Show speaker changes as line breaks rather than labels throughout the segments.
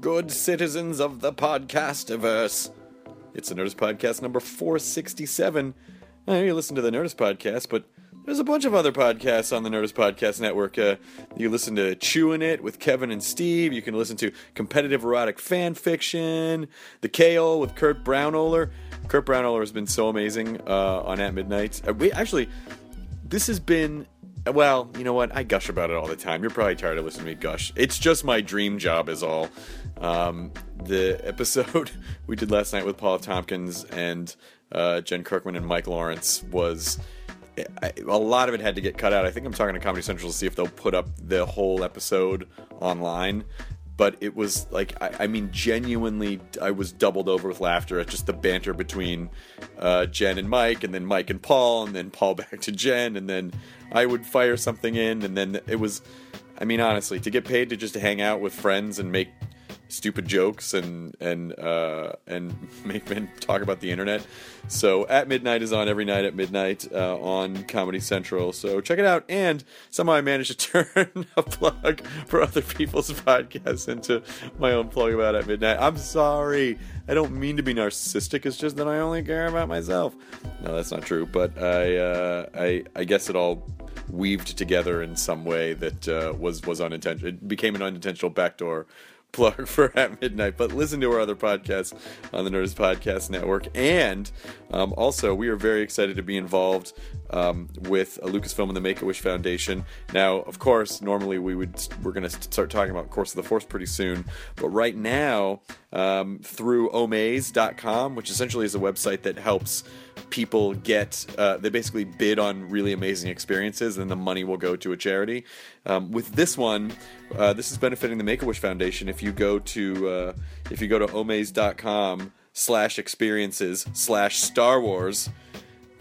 Good citizens of the podcastiverse. It's the Nerdist Podcast number 467. I know you listen to the Nerdist Podcast, but there's a bunch of other podcasts on the Nerdist Podcast Network. Uh, you listen to Chewing It with Kevin and Steve. You can listen to Competitive Erotic Fan Fiction, The Kale with Kurt Brownoller. Kurt Brownoller has been so amazing uh, on At Midnight. Uh, we actually, this has been well, you know what? I gush about it all the time. You're probably tired of listening to me gush. It's just my dream job, is all. Um, the episode we did last night with Paula Tompkins and uh, Jen Kirkman and Mike Lawrence was. I, a lot of it had to get cut out. I think I'm talking to Comedy Central to see if they'll put up the whole episode online. But it was like, I, I mean, genuinely, I was doubled over with laughter at just the banter between uh, Jen and Mike, and then Mike and Paul, and then Paul back to Jen, and then I would fire something in, and then it was, I mean, honestly, to get paid to just hang out with friends and make stupid jokes and and uh, and make men talk about the internet. So at midnight is on every night at midnight uh, on Comedy Central. So check it out. And somehow I managed to turn a plug for other people's podcasts into my own plug about at midnight. I'm sorry. I don't mean to be narcissistic. It's just that I only care about myself. No, that's not true. But I uh, I I guess it all weaved together in some way that uh, was was unintentional. It became an unintentional backdoor plug for At Midnight, but listen to our other podcasts on the Nerdist Podcast Network. And um, also, we are very excited to be involved um, with a Lucasfilm and the Make a Wish Foundation. Now, of course, normally we would we're going to start talking about Course of the Force pretty soon, but right now, um, through omaze.com, which essentially is a website that helps people get uh, they basically bid on really amazing experiences and the money will go to a charity um, with this one uh, this is benefiting the make-a-wish foundation if you go to uh, if you go to omaze.com slash experiences slash star wars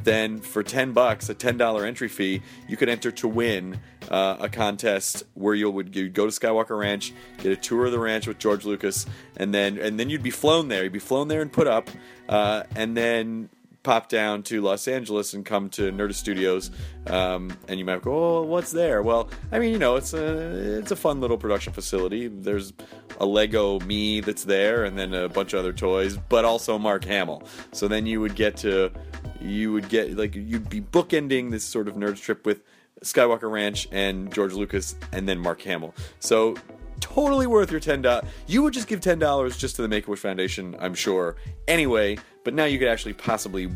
then for 10 bucks a $10 entry fee you could enter to win uh, a contest where you would you'd go to skywalker ranch get a tour of the ranch with george lucas and then and then you'd be flown there you'd be flown there and put up uh, and then pop down to Los Angeles and come to Nerdist Studios, um, and you might go, "Oh, what's there?" Well, I mean, you know, it's a it's a fun little production facility. There's a Lego me that's there, and then a bunch of other toys, but also Mark Hamill. So then you would get to you would get like you'd be bookending this sort of nerd trip with Skywalker Ranch and George Lucas, and then Mark Hamill. So totally worth your ten dollars. You would just give ten dollars just to the Make a Wish Foundation, I'm sure. Anyway, but now you could actually possibly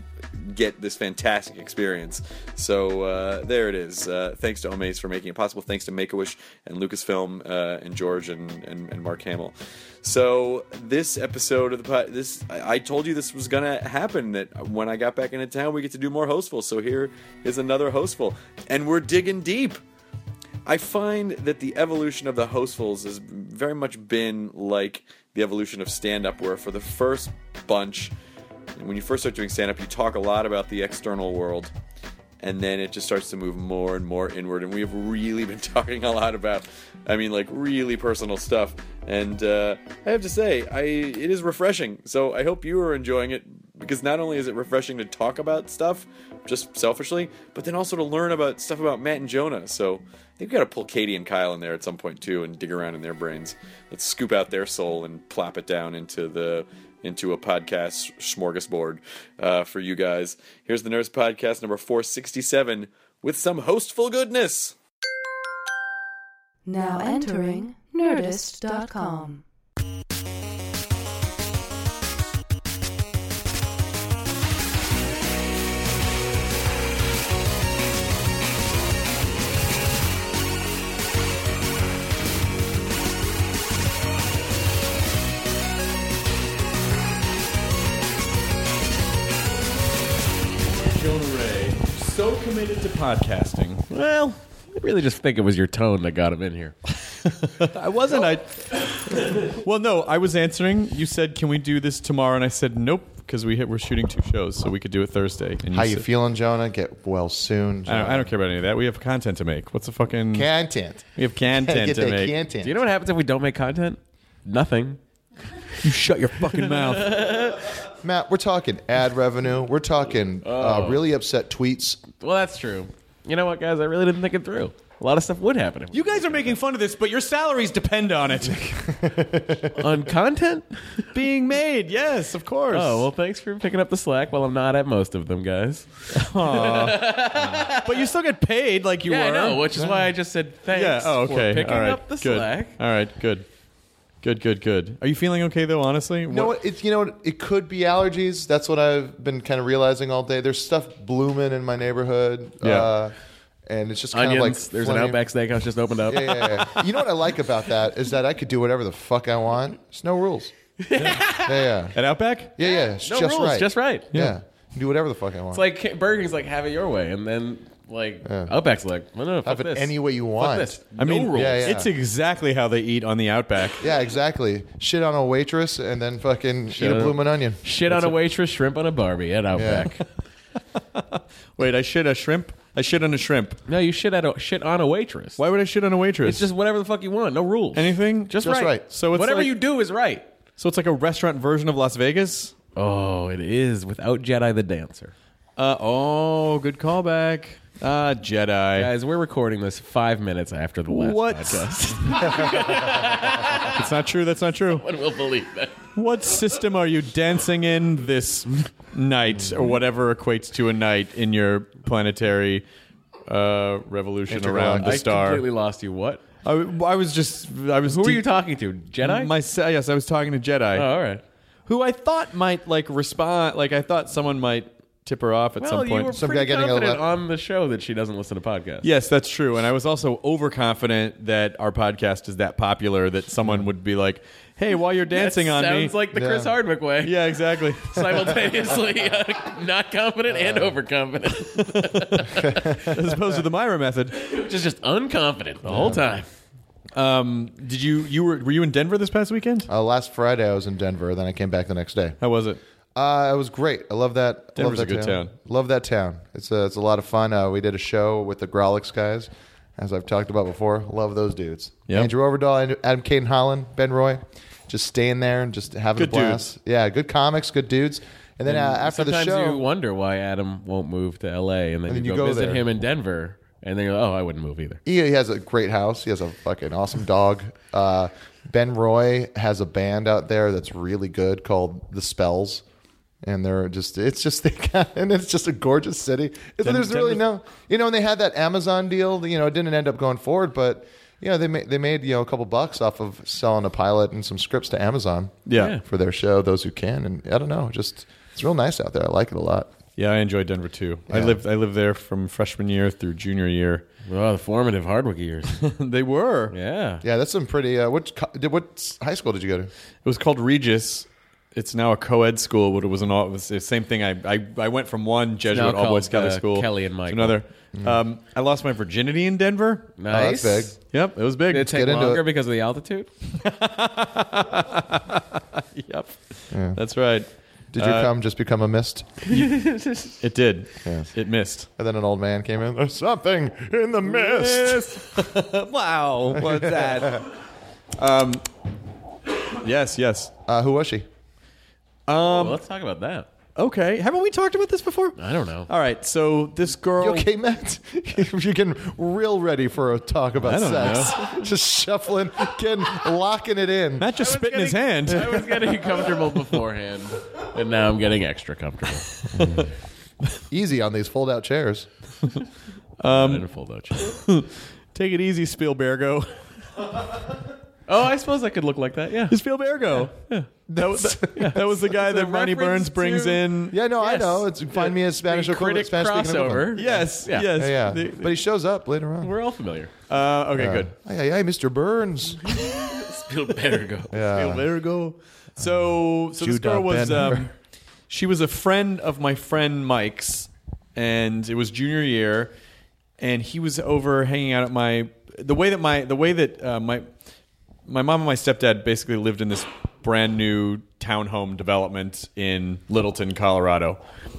get this fantastic experience. So uh, there it is. Uh, thanks to Omaze for making it possible. Thanks to Make a Wish and Lucasfilm uh, and George and, and, and Mark Hamill. So this episode of the pod, this I I told you this was gonna happen. That when I got back into town, we get to do more hostful. So here is another hostful, and we're digging deep. I find that the evolution of the hostfuls has very much been like the evolution of stand up, where for the first bunch, when you first start doing stand up, you talk a lot about the external world, and then it just starts to move more and more inward. And we have really been talking a lot about, I mean, like really personal stuff. And uh, I have to say, I it is refreshing. So I hope you are enjoying it because not only is it refreshing to talk about stuff, just selfishly, but then also to learn about stuff about Matt and Jonah. So I think we got to pull Katie and Kyle in there at some point too, and dig around in their brains. Let's scoop out their soul and plop it down into the into a podcast smorgasbord uh, for you guys. Here's the Nurse Podcast number 467 with some hostful goodness.
Now entering Nerdist.com.
Jonah Ray, so committed to podcasting. Well, I really just think it was your tone that got him in here.
I wasn't. I. Well, no, I was answering. You said, "Can we do this tomorrow?" And I said, "Nope," because we hit, we're shooting two shows, so we could do it Thursday. And
How you
said-
feeling, Jonah? Get well
I
soon. Jonah.
don't, I don't care about any of that. We have content to make. What's the fucking?
Content.
we have content
get
to
that
make.
content.
Do
Do you know what happens if we don't make content? Nothing. You shut your fucking mouth.
Matt, we're talking ad revenue. We're talking uh, really upset tweets.
Well, that's true. You know what, guys? I really didn't think it through. A lot of stuff would happen. If we-
You guys are making fun of this, but your salaries depend on it
on content?
being made. Yes, of course.
Oh well, thanks for picking up the slack. While I'm not at most of them, guys.
but you still get paid like you
Yeah, I
were.
know, which is why I just said thanks.
Yeah. Oh,
for
okay.
picking
All right.
up the
good.
slack.
All right. Good. Good. Good. Good. Are you feeling okay though? Honestly.
You know what? It, you know what? It could be allergies. That's what I've been kind of realizing all day. There's stuff blooming in my neighborhood.
Yeah.
Uh, and it's just kind
Onions.
of like
There's an
flaming-
Outback Steakhouse just opened up.
Yeah, yeah, yeah. You know what I like about that is that I could do whatever the fuck I want. There's no rules. Yeah, yeah,
At Outback.
yeah. yeah. It's
No
just
rules,
right.
just right.
Yeah. You can do whatever the fuck I want.
It's like Burger King's like have it your way, and then like Outback's like no, no, no fuck
Have it
this.
any way you
Fuck
want.
this.
I mean,
no rules.
Yeah, yeah.
it's exactly how they eat on the Outback.
yeah, exactly. Shit on a waitress and then fucking eat
up.
a bloomin' onion.
Shit on a waitress, shrimp on a Barbie at Outback.
Wait, I shit a shrimp. I shit on a shrimp.
no, you shit at a shit on a waitress.
Why would I shit on a waitress?
It's just whatever the fuck you want. No rules.
anything.
Just,
Just
right.
right.
So it's
whatever
like-
you do is right.
So it's like a restaurant version of Las Vegas.
Oh, it is without Jedi the Dancer.
Uh oh, good callback. Ah, Jedi.
Guys, we're recording this five minutes after the last
What?
podcast.
It's not true. That's not true.
One will believe that.
What system are you dancing in this night, or whatever equates to a night in your planetary uh, revolution around the
I
star?
completely lost you. What?
I, I was just. I was.
Who were you talking to? Jedi?
My yes, I was talking to Jedi,
oh, all right.
who I thought might like respond. Like I thought someone might tip her off at
Well,
some
you
point.
were
Some guy
pretty
getting a
confident
lap-
on the show that she doesn't listen to podcasts.
Yes, that's true. And I was also overconfident that our podcast is that popular that someone would be like, "Hey, while you're dancing
That
on me."
sounds like the Chris
Yeah.
Hardwick way.
yeah, exactly.
Simultaneously uh, not confident and overconfident.
As opposed to the Myra method.
just just unconfident the whole time.
Um, did you you were were you in Denver this past weekend?
Uh, last Friday I was in Denver. Then I came back the next day.
How was it?
Uh, it was great. I love that.
Denver's
love that
a good town.
Love that town. It's a, it's a lot of fun. Uh, we did a show with the Grolix guys, as I've talked about before. Love those dudes.
Yep.
Andrew Overdahl, and- Adam Caden Holland, Ben Roy, just staying there and just having
Good
a blast. Yeah, good comics, good dudes. And then uh, after the
Sometimes
show,
you wonder why Adam won't move to L.A. and then,
then
you,
you
go,
go
visit
there.
him in Denver, and then you're like, oh, I wouldn't move either.
he, he has a great house. He has a fucking awesome dog. Uh, ben Roy has a band out there that's really good called The Spells. And they're just, it's just, they got, and it's just a gorgeous city. It's-
Den-
there's really no, you know, and they had that Amazon deal, you know, it didn't end up going forward, but, you know, they made, they made, you know, a couple bucks off of selling a pilot and some scripts to Amazon
Yeah. Yeah.
for their show, those who can. And I don't know, just, it's real nice out there. I like it a lot.
Yeah, I enjoyed Denver too. I
Yeah.
lived I lived there from freshman year through junior year.
Well, the formative Hardwick years.
they were.
yeah.
Yeah, that's some pretty, uh, what, co- did, what high school did you go to?
It was called Regis. It's now a co-ed school, but it was an all, it was the same thing. I, I, I went from one Jesuit
now
all boys
called,
Catholic
uh,
school
Kelly and
to
Michael.
another. Um, I lost my virginity in Denver.
Nice.
that's big.
Yep, it was big.
Did it take
get into
longer
it.
because of the altitude?
Uh, Yep, that's right.
Did your cum just become a mist?
It did. It missed.
And then an old man came in. There's something in the mist.
wow, what's that? um, yes, yes.
Uh, who was she? Um,
well, let's talk about that.
Okay, haven't we talked about this before?
I don't know.
All right, so this girl.
You okay, Matt? You're getting real ready for a talk about
I don't
sex. just shuffling, getting, locking it in.
Matt just spit in his hand.
I was getting comfortable beforehand, and now I'm getting extra comfortable.
Easy on these fold-out chairs.
Um, in a full Dutch.
Take it easy, Spielbergo.
Oh, I suppose I could look like that. Yeah.
Spielbergo. Yeah. That, was, that, that was the guy
That's
that
a
Ronnie
reference
Burns brings
to-
in.
Yeah, no, Oh, I
Yes.
know. It's find me a Spanish
The
equivalent,
critic
Spanish speaking
crossover.
equivalent.
Yes,
Yeah.
yes.
Yeah, yeah.
The-
but he shows up later on.
We're all familiar.
uh, okay, good.
Hey, hey, hey, Mr. Burns.
Still better go.
Spielbergo. So, so this
Uh, Judah
girl was
Benner.
um, she was a friend of my friend Mike's, and it was junior year, and he was over hanging out at my the way that my the way that uh, my my mom and my stepdad basically lived in this brand new townhome development in Littleton, Colorado.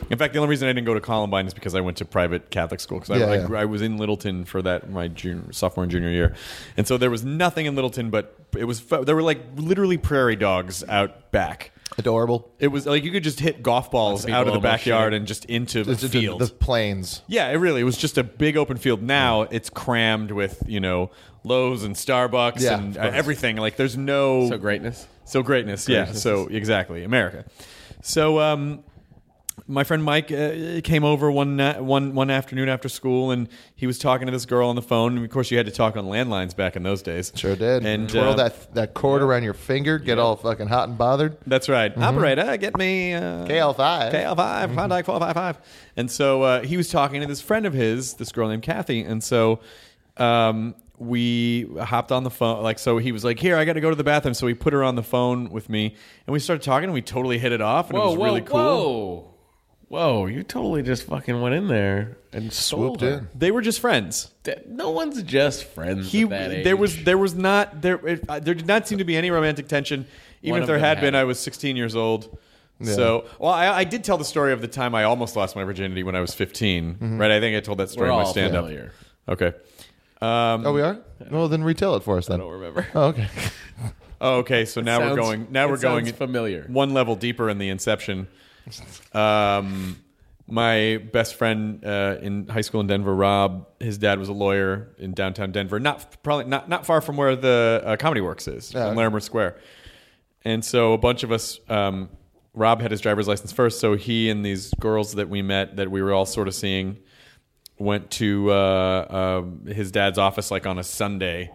In fact, the only reason I didn't go to Columbine is because I went to private Catholic school because
Yeah,
I, I
yeah.
grew- I was in Littleton for that my junior, sophomore and junior year, and so there was nothing in Littleton, but it was fo- there were like literally prairie dogs out back.
Adorable.
It was like you could just hit golf balls
people
out of the
almost
backyard
shooting.
and just into the
It's just in
field.
The plains.
Yeah, it really it was just a big open field. Now it's crammed with you know Lowe's and Starbucks
Yeah,
and
of
uh,
course.
everything. Like there's no
So greatness.
so greatness. Yeah,
Greatness.
so exactly America. So um, my friend Mike uh, came over one na- one one afternoon after school, and he was talking to this girl on the phone. And of course, you had to talk on landlines back in those days.
Sure did.
And
twirl
uh,
that that cord around your finger, get all fucking hot and bothered.
That's right. Operator, get me uh,
KL5.
KL5, Klondike 455. And so uh, he was talking to this friend of his, this girl named Kathy. And so um, we hopped on the phone. Like, so he was like, Here, I got to go to the bathroom. So he put her on the phone with me. And we started talking. And we totally hit it off. And it was really cool.
whoa, whoa! You totally just fucking went in there and stole
Swooped
her.
in.
They were just friends.
That- No one's just friends.
He
at that age.
there was there was not there it, uh, there did not seem to be any romantic tension. Even
One
if
of
there
them
had been,
had
I
it.
was 16 years old. So well, I, I did tell the story of the time I almost lost my virginity when I was 15. Right? I think I told that story
We're
in my
all
stand up.
familiar.
Okay.
Oh, we are. Well, then retell it for us then.
I don't remember.
Oh, okay.
Oh, okay. So now we're
sounds-
going. Now
it
we're going
sounds familiar.
One level deeper in the inception. Um, my best friend uh, in high school in Denver, Rob, his dad was a lawyer in downtown Denver, not probably not not far from where the uh, Comedy Works is
Yeah.
in Larimer Square. And so a bunch of us. Um, Rob had his driver's license first, so he and these girls that we met that we were all sort of seeing went to uh, um his dad's office like on a Sunday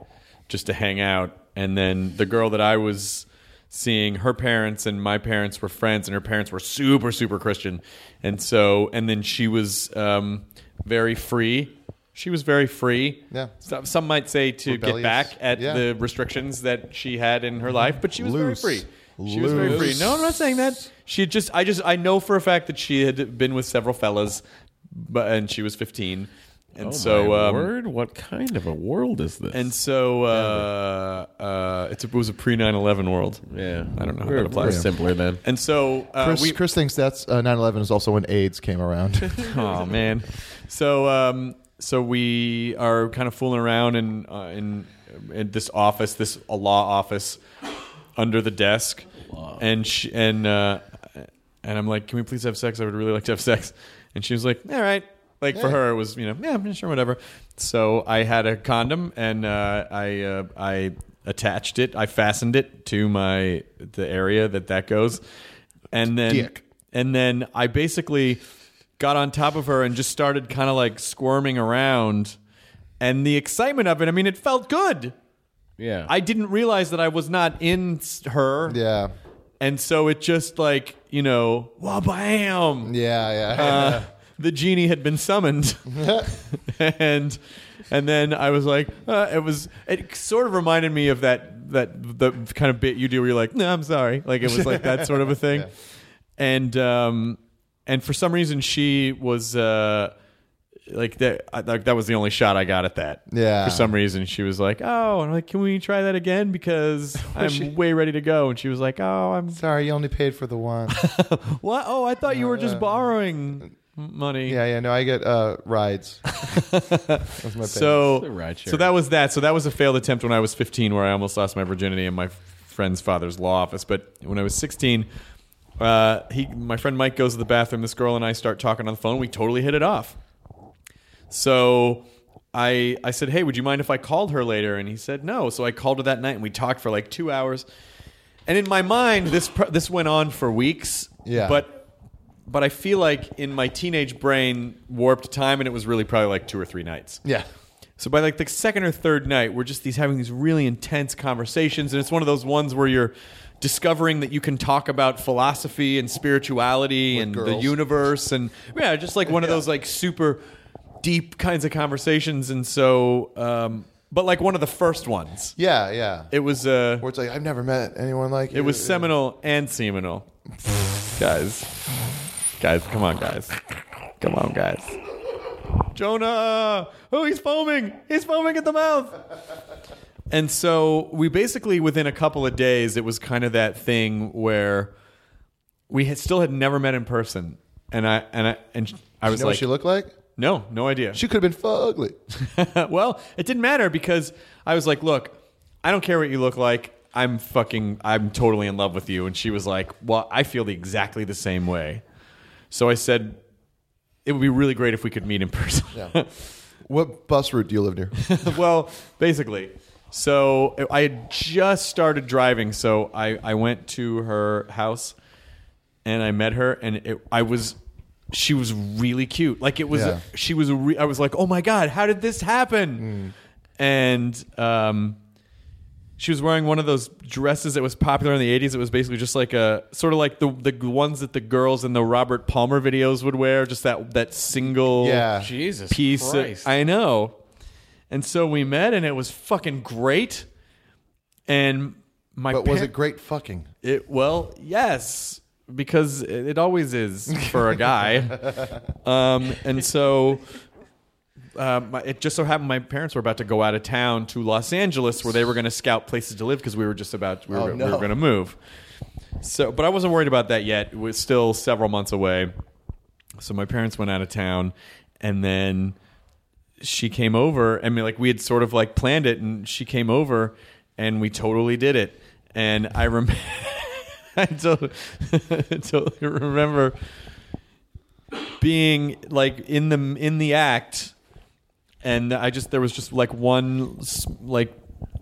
just to hang out. And then the girl that I was seeing, her parents and my parents were friends, and her parents were super, super Christian. And so, and then she was um, very free. She was very free.
Yeah.
Some, some might say to
Rebellious.
get back at
Yeah.
the restrictions that she had in her life, but she was
Loose.
very free. She was very free.
Loose.
No, I'm not saying that. She had just, I just, I know for a fact that she had been with several fellas, but and she was 15, and
Oh
so
my
um,
word, what kind of a world is this?
and so uh, uh, it's a, it was a pre 9/11 world.
yeah,
I don't know
We're,
how that
we're
applies.
simpler then.
And so uh,
Chris,
we,
Chris thinks that's uh, 9/11 is also when AIDS came around.
oh man. So um, so we are kind of fooling around in uh, in, in this office, this a law office, under the desk, and she, and uh, and I'm like, can we please have sex? I would really like to have sex. And she was like, all right. Like for her, it was you know yeah sure whatever. So I had a condom and uh, I uh, I attached it, I fastened it to my the area that that goes, and then
Dick.
and then I basically got on top of her and just started kind of like squirming around. And the excitement of it, I mean, it felt good.
Yeah,
I didn't realize that I was not in s- her.
yeah,
And so it just like, you know, wah bam.
yeah,
Uh,
yeah.
The genie had been summoned. and and then I was like, uh, it was it sort of reminded me of that that the kind of bit you do where you're like, no, I'm sorry. Like it was like that sort of a thing. And um and for some reason she was uh like that I- like that was the only shot I got at that.
Yeah.
For some reason she was like, "Oh." And I'm like, "Can we try that again because I'm
she-
way ready to go." And she was like, "Oh, I'm
Sorry, you only paid for the one.
what? Oh, I thought you were just borrowing m- money."
Uh, yeah, yeah. No, I get uh, rides. That's my
So,
It's a ride
so
share.
that was that. So that was a failed attempt when I was 15, where I almost lost my virginity in my f- friend's father's law office. But when I was 16, uh, he, my friend Mike goes to the bathroom. This girl and I start talking on the phone. We totally hit it off. So I I said, "Hey, would you mind if I called her later?" And he said, "No." So I called her that night, and we talked for like two hours. And in my mind, this pr- this went on for weeks.
Yeah.
But but I feel like in my teenage brain warped time, and it was really probably like two or three nights.
yeah.
So by like the second or third night, we're just these having these really intense conversations, and it's one of those ones where you're discovering that you can talk about philosophy and spirituality and the
girls.
universe, and yeah, just like one of those like super deep kinds of conversations. And so, um, but like one of the first ones,
Yeah, yeah.
it was uh,
Where it's like I've never met anyone like
it was seminal and seminal, guys, guys, come on, guys.
Come on, guys.
Jonah! Oh, he's foaming! He's foaming at the mouth! and so we basically, within a couple of days, it was kind of that thing where we had still had never met in person. And I and I and sh- I
You
was
know
like,
what she looked like?
no, no idea.
She could have been fugly.
well, it didn't matter because I was like, look, I don't care what you look like. I'm fucking, I'm totally in love with you. And she was like, well, I feel the, exactly the same way. So I said, it would be really great if we could meet in person.
What bus route do you live near?
well, basically. So I had just started driving, so I, I went to her house and I met her, and it, I was she was really cute. Like it was
Yeah.
she was a re- I was like, oh my god, how did this
Mm.
happen? And um, she was wearing one of those dresses that was popular in the 80s. It was basically just like a sort of like the the ones that the girls in the Robert Palmer videos would wear, just that that single
Yeah.
Jesus
piece. of-
Christ.
I know. And so we met, and it was fucking great. And my
But was
par-
it great fucking?
it well, yes, because it, it always is for a guy. um, and so uh, my, it just so happened my parents were about to go out of town to Los Angeles, where they were going to scout places to live because we were just about we were,
Oh,
we were
no.
going to move. So, but I wasn't worried about that yet. It was still several months away. So my parents went out of town, and then she came over and we, like we had sort of like planned it and she came over and we totally did it and i remember I, totally, totally remember being like in the in the act and i just there was just like one s- like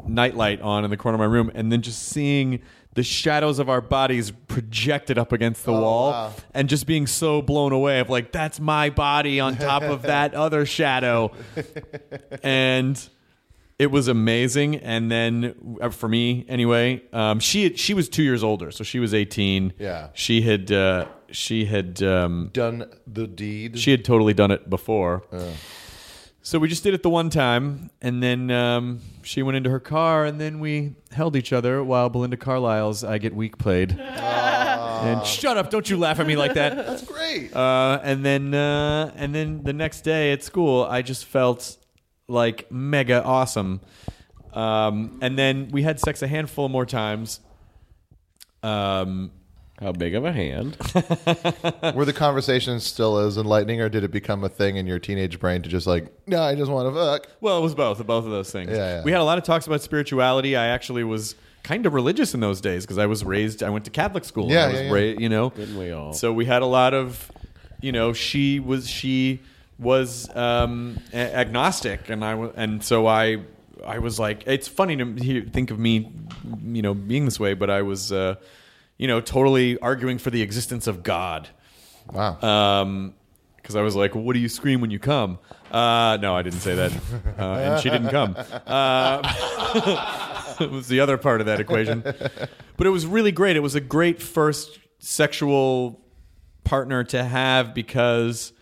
nightlight on in the corner of my room and then just seeing the shadows of our bodies projected up against the wall
Oh, wow.
and just being so blown away of like that's my body on top of that other shadow and it was amazing. And then uh, for me, anyway, um, she she was two years older, so she was eighteen.
Yeah.
she had uh, she had um,
Done the deed.
she had totally done it before. So we just did it the one time, and then um, she went into her car, and then we held each other while Belinda Carlisle's "I Get Weak" played. And shut up! Don't you laugh at me like that.
great.
Uh, and then uh, and then the next day at school, I just felt like mega awesome. Um, and then we had sex a handful more times. Um,
How big of a hand?
Were the conversations still as enlightening, or did it become a thing in your teenage brain to just like, no, I just want to fuck?
well, it was both, both of those things.
Yeah, yeah.
We had a lot of talks about spirituality. I actually was kind of religious in those days because I was raised. I went to Catholic school. and
Yeah,
I was
yeah, yeah.
ra- you know.
Didn't we all?
So we had a lot of, you know, she was she was um, a- agnostic, and I was, and so I I was like, it's funny to hear, think of me, you know, being this way, but I was, uh, you know, totally arguing for the existence of God.
Wow.
Um, because I was like, "What do you scream when you come?" Uh, no, I didn't say that, uh, and she didn't come. Uh, it was the other part of that equation, but it was really great. It was a great first sexual partner to have because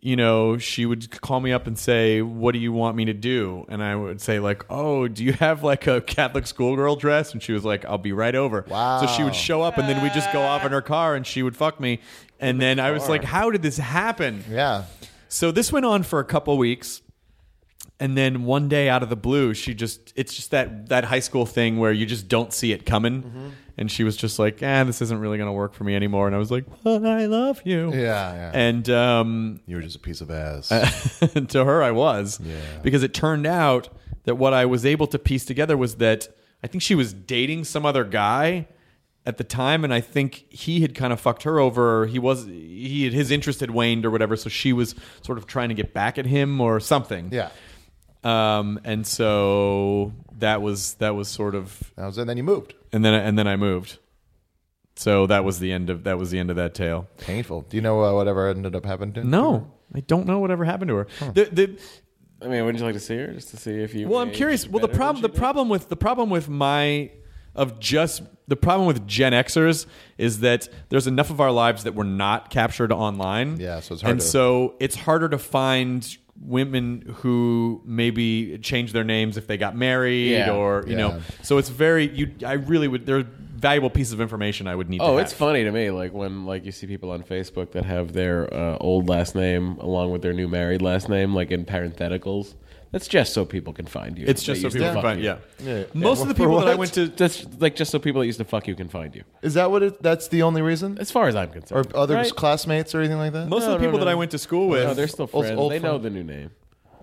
you know she would call me up and say what do you want me to do and i would say like oh do you have like a catholic schoolgirl dress and she was like i'll be right over
Wow.
so she would show up and then we'd just go off in her car and she would fuck me and then i was like how did this happen
yeah.
so this went on for a couple weeks, and then one day out of the blue, she just—it's just that that high school thing where you just don't see it coming.
Mm-hmm.
And she was just like, "Ah, this isn't really going to work for me anymore." And I was like, "But I love you."
Yeah, yeah.
And Uh, um,
You were just a piece of ass.
to her, I was because it turned out that what I was able to piece together was that I think she was dating some other guy at the time, and I think he had kind of fucked her over. He was he had, his interest had waned or whatever, so she was sort of trying to get back at him or something.
yeah.
Um, and so that was that was sort of,
That was it. And then you moved.
and then and then I moved. So that was the end of that was the end of that tale.
Painful. Do you know uh, whatever ended up happening? to-
No, I don't know whatever happened to her. The, the,
I mean, wouldn't you like to see her just to see if you?
Well, I'm curious. Well, the problem the problem with the problem with my of just the problem with Gen Xers is that there's enough of our lives that we're not captured online.
Yeah, so it's hard
And
to-
so it's harder to find women who maybe change their names if they got married
Yeah.
or you
Yeah.
know. So it's very you. I really would. There are valuable piece of information I would need.
Oh,
to
it's
have.
funny to me, like when like you see people on Facebook that have their uh, old last name along with their new married last name, like in parentheticals. That's just so people can find you.
It's
that
just so
used to
people can
fuck
find.
you.
Yeah. Most of the people that I went to.
That's like just so people that used to fuck you can find you.
Is that what? It, that's the only reason,
As far as I'm
or
concerned,
other
Right?
classmates or anything like that?
Most of the
no,
people
no.
that I went to school with.
No, they're still
Old-
friends.
old
they know
friend.
the new name.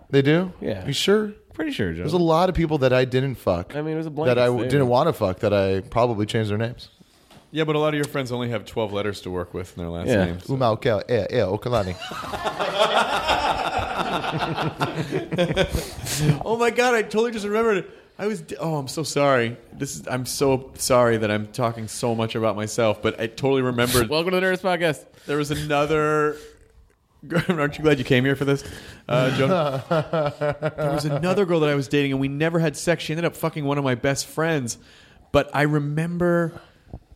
They do.
Yeah.
You sure?
Pretty sure, Joe.
There's a lot of people that I didn't fuck.
I mean, it was a blanket
that I w-
statement.
didn't want to fuck. That I probably changed their names.
yeah, but a lot of your friends only have twelve letters to work with in their last
Yeah.
names.
Umau Kel, eh, eh, Okalani.
Oh my god! I totally just remembered. I was. Oh, I'm so sorry. This is. I'm so sorry that I'm talking so much about myself, but I totally remembered.
Welcome to the Nerds Podcast.
There was another. Aren't you glad you came here for this, uh, Joan? there was another girl that I was dating, and we never had sex. She ended up fucking one of my best friends, but I remember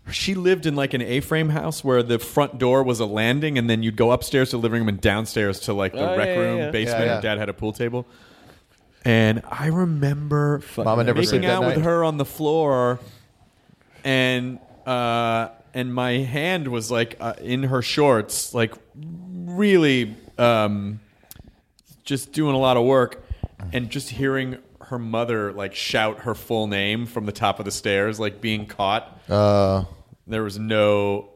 she lived in like an A-frame house where the front door was a landing, and then you'd go upstairs to the living room and downstairs to like the
Oh,
rec
yeah, yeah,
room,
yeah.
basement.
Yeah, yeah.
Her dad had a pool table, and I remember
Mama never
making
slept that
out with
night.
her on the floor, and uh, and my hand was like uh, in her shorts, like really um, just doing a lot of work, and just hearing her mother like shout her full name from the top of the stairs, like being caught.
Uh,
There was no.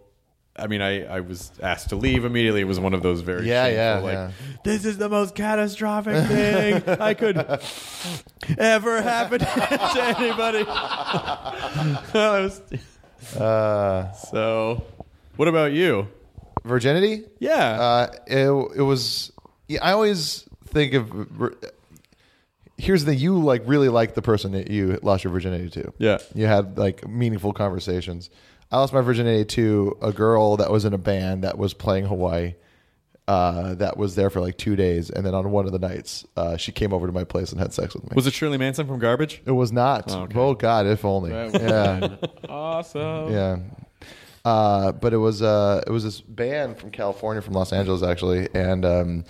I mean, I, I was asked to leave immediately. It was one of those very
Yeah,
shameful,
yeah,
like
yeah.
this is the most catastrophic thing I could ever happen to anybody. I was-
uh,
so, what about you?
virginity?
Yeah,
Uh, it, it was. Yeah, I always think of. uh, Here's the thing: you like really like the person that you lost your virginity to.
Yeah.
you had like meaningful conversations. I lost my virginity to a girl that was in a band that was playing Hawaii. Uh, that was there for like two days, and then on one of the nights, uh, she came over to my place and had sex with me.
was it Shirley Manson from Garbage?
It was not. Oh, God, if only. Yeah,
Awesome.
yeah. Uh, but it was uh, it was this band from California, from Los Angeles, actually, and um,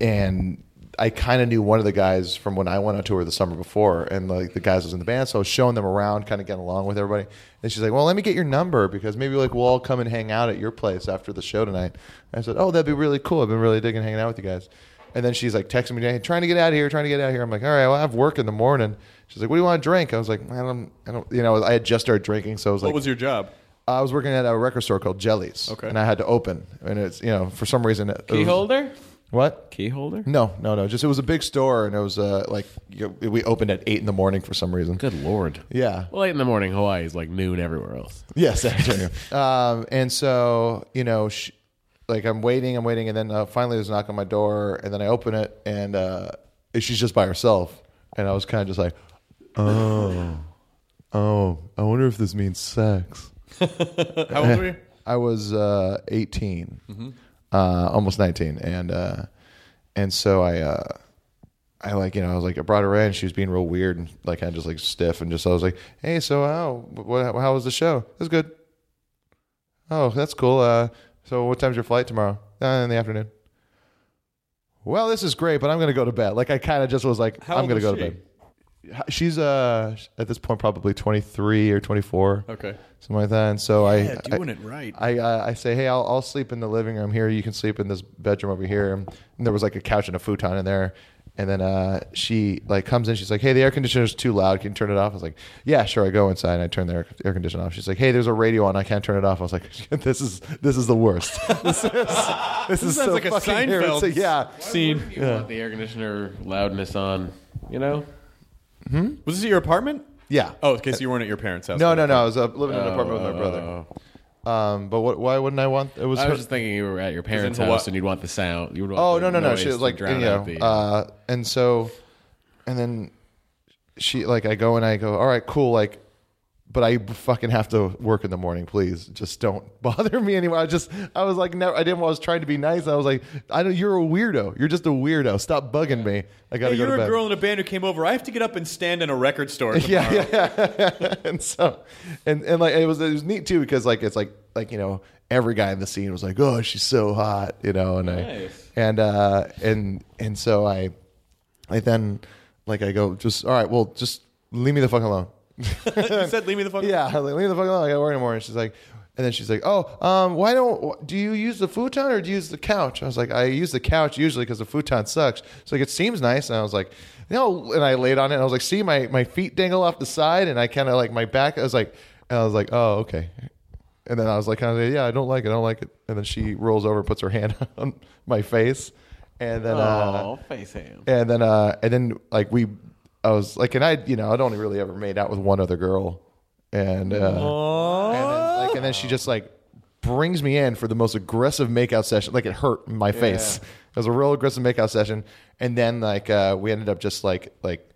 and I kind of knew one of the guys from when I went on tour the summer before, and like the guys was in the band, so I was showing them around, kind of getting along with everybody. And she's like, "Well, let me get your number because maybe like we'll all come and hang out at your place after the show tonight." I said, "Oh, that'd be really cool. I've been really digging hanging out with you guys." And then she's like texting me, hey, trying to get out of here, trying to get out of here. I'm like, all right, well, I have work in the morning. She's like, what do you want to drink? I was like, I don't, I don't, you know, I had just started drinking, so I was
What
like,
was your job?
I was working at a record store called Jellies.
Okay.
And I had to open. And it's, you know, for some reason. It, it
Key
was-
holder?
What?
Key holder?
No, no, no. Just it was a big store and it was uh, like, you know, we opened at 8 in the morning for some reason.
Good lord.
Yeah.
Well, eight in the morning, Hawaii is like noon everywhere else.
Yes, afternoon. um, and so you know, sh like I'm waiting, I'm waiting, and then uh, finally there's a knock on my door, and then I open it, and uh, she's just by herself, and I was kind of just like, oh, oh, I wonder if this means sex.
How old were you? Mm-hmm.
I was uh, 18, uh, almost 19, and uh, and so I, uh, I like you know I was like I brought her in. She was being real weird and like kind of just like stiff, and just I was like, hey, so how what, how was the show? It was good. Oh, that's cool. Uh, so what time's your flight tomorrow? Uh, in the afternoon. Well, this is great, but I'm gonna go to bed. Like I kind of just was like,
How
I'm
old
gonna
was
go to
she?
bed. She's uh at this point probably 23 or 24,
Okay.
something like that. And so
Yeah,
I
doing it right.
I uh, I say, hey, I'll, I'll sleep in the living room here. You can sleep in this bedroom over here. And there was like a couch and a futon in there. And then uh, she like comes in. She's like, hey, the air conditioner's too loud. Can you turn it off? I was like, yeah, sure. I go inside and I turn the air, air conditioner off. She's like, hey, there's a radio on. I can't turn it off. I was like, this is this is the worst. this is this, is
sounds
so
like a
fucking
Seinfeld
irritating. Yeah.
scene.
You want the air conditioner loudness on, you know?
Was this at your apartment?
Yeah.
Oh, okay, so you weren't at your parents' house.
No,
then.
no, no. I was uh, living in an apartment with my brother.
Oh.
Um, but what, why wouldn't I want? It was.
I
her-
was just thinking you were at your parents'
Hawaii-
house and you'd want the sound. You would want
Oh
the
no no no!
noise
She was
to
like you
drown
know,
out the-
uh, and so, and then she like I go and I go, all right, cool, like, but I fucking have to work in the morning, please, just don't bother me anymore. I just I was like, never, I didn't. I was trying to be nice. I was like, I know you're a weirdo. You're just a weirdo. Stop bugging me. I gotta
Hey,
go
you're
to
a
bed.
girl in a band who came over. I have to get up and stand in a record store.
yeah, yeah, yeah. and so, and and like it was it was neat too because like it's like like you know every guy in the scene was like, oh, she's so hot, you know, and
Nice.
I and uh and and so I I then like I go just all right, well just leave me the fuck alone.
you said leave me the fuck.
Yeah, I'm like, leave the fuck alone. I got work in the morning. She's like, and then she's like, oh, um, why don't do you use the futon or do you use the couch? I was like, I use the couch usually because the futon sucks. She's like, it seems nice, and I was like, no, and I laid on it, and I was like, see, my my feet dangle off the side, and I kind of like my back. I was like, and I was like, oh, okay. And then I was like, kind of, yeah, I don't like it, I don't like it. And then she rolls over, and puts her hand on my face, and then uh,
Oh, face ham.
and then uh and then like we i was like and i you know i'd only really ever made out with one other girl and uh and then, like and then she just like brings me in for the most aggressive makeout session like it hurt my face it was a real aggressive makeout session and then like uh we ended up just like like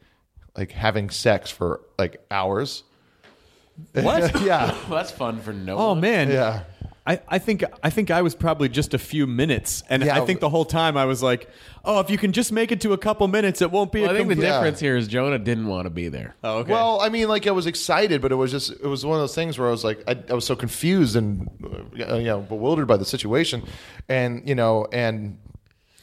like having sex for like hours
What?
yeah
Well, that's fun for no.
Oh
one.
man.
Yeah.
I, I think I think I was probably just a few minutes, and
Yeah.
I think the whole time I was like, "Oh, if you can just make it to a couple minutes, it won't be."
Well,
a
I think the
com-
Yeah.
difference here is Jonah didn't want to be there.
oh, okay.
Well, I mean, like I was excited, but it was just it was one of those things where I was like, I, I was so confused and uh, you know bewildered by the situation, and you know, and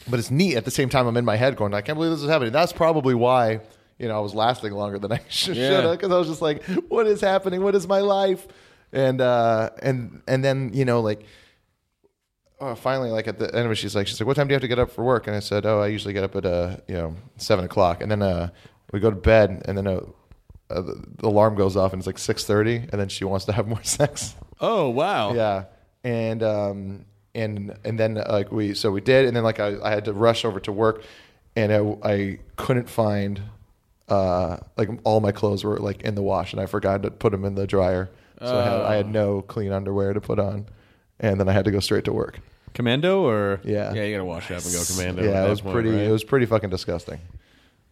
but it's neat at the same time. I'm in my head going, I can't believe this is happening. That's probably why you know I was lasting longer than I should
Yeah.
have because I was just like, what is happening? What is my life? And uh, and and then you know like. Oh, finally, like at the end of it, she's like, she's like, "What time do you have to get up for work?" And I said, "Oh, I usually get up at uh, you know, seven o'clock." And then uh, we go to bed, and then uh, uh, the the alarm goes off, and it's like six thirty, and then she wants to have more sex.
oh wow.
Yeah, and um, and and then uh, like we so we did, and then like I, I had to rush over to work, and I, I couldn't find uh like all my clothes were like in the wash, and I forgot to put them in the dryer, so I, had, I had no clean underwear to put on, and then I had to go straight to work.
Commando or
Yeah,
Yeah, you gotta wash up and go commando. at
yeah,
that
it was
point,
pretty.
right?
It was pretty fucking disgusting.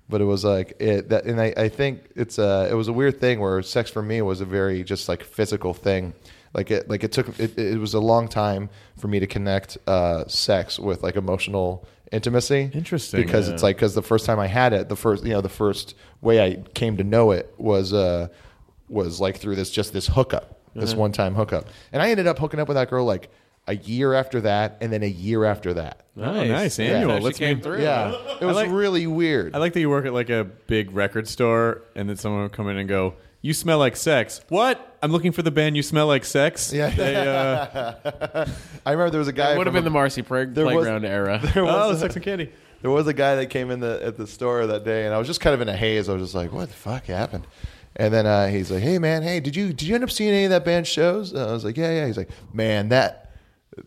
But it was like it that, and I, I think it's a it was a weird thing where sex for me was a very just like physical thing, like it like it took it, it was a long time for me to connect uh, sex with like emotional intimacy.
Interesting,
because it's like because the first time I had it, the first you know the first way I came to know it was uh was like through this just this hookup, this
Uh-huh.
one time hookup, and I ended up hooking up with that girl like a year after that, and then a year after that.
Oh, nice
Yeah,
annual.
that
Let's
actually came
meet-
through.
Yeah, it was
like-
really weird.
I like that you work at like a big record store, and then someone will come in and go, "You smell like sex." What? I'm looking for the band. You smell like sex.
Yeah.
They, uh,
I remember there was a guy.
It would have
from
been
a-
the Marcy Preg
There was-
playground era.
There
oh,
was, uh,
sex and candy.
there was a guy that came in the at the store that day, and I was just kind of in a haze. I was just like, "What the fuck happened?" And then uh, he's like, "Hey man, hey, did you did you end up seeing any of that band shows?" And I was like, "Yeah, yeah." He's like, "Man, that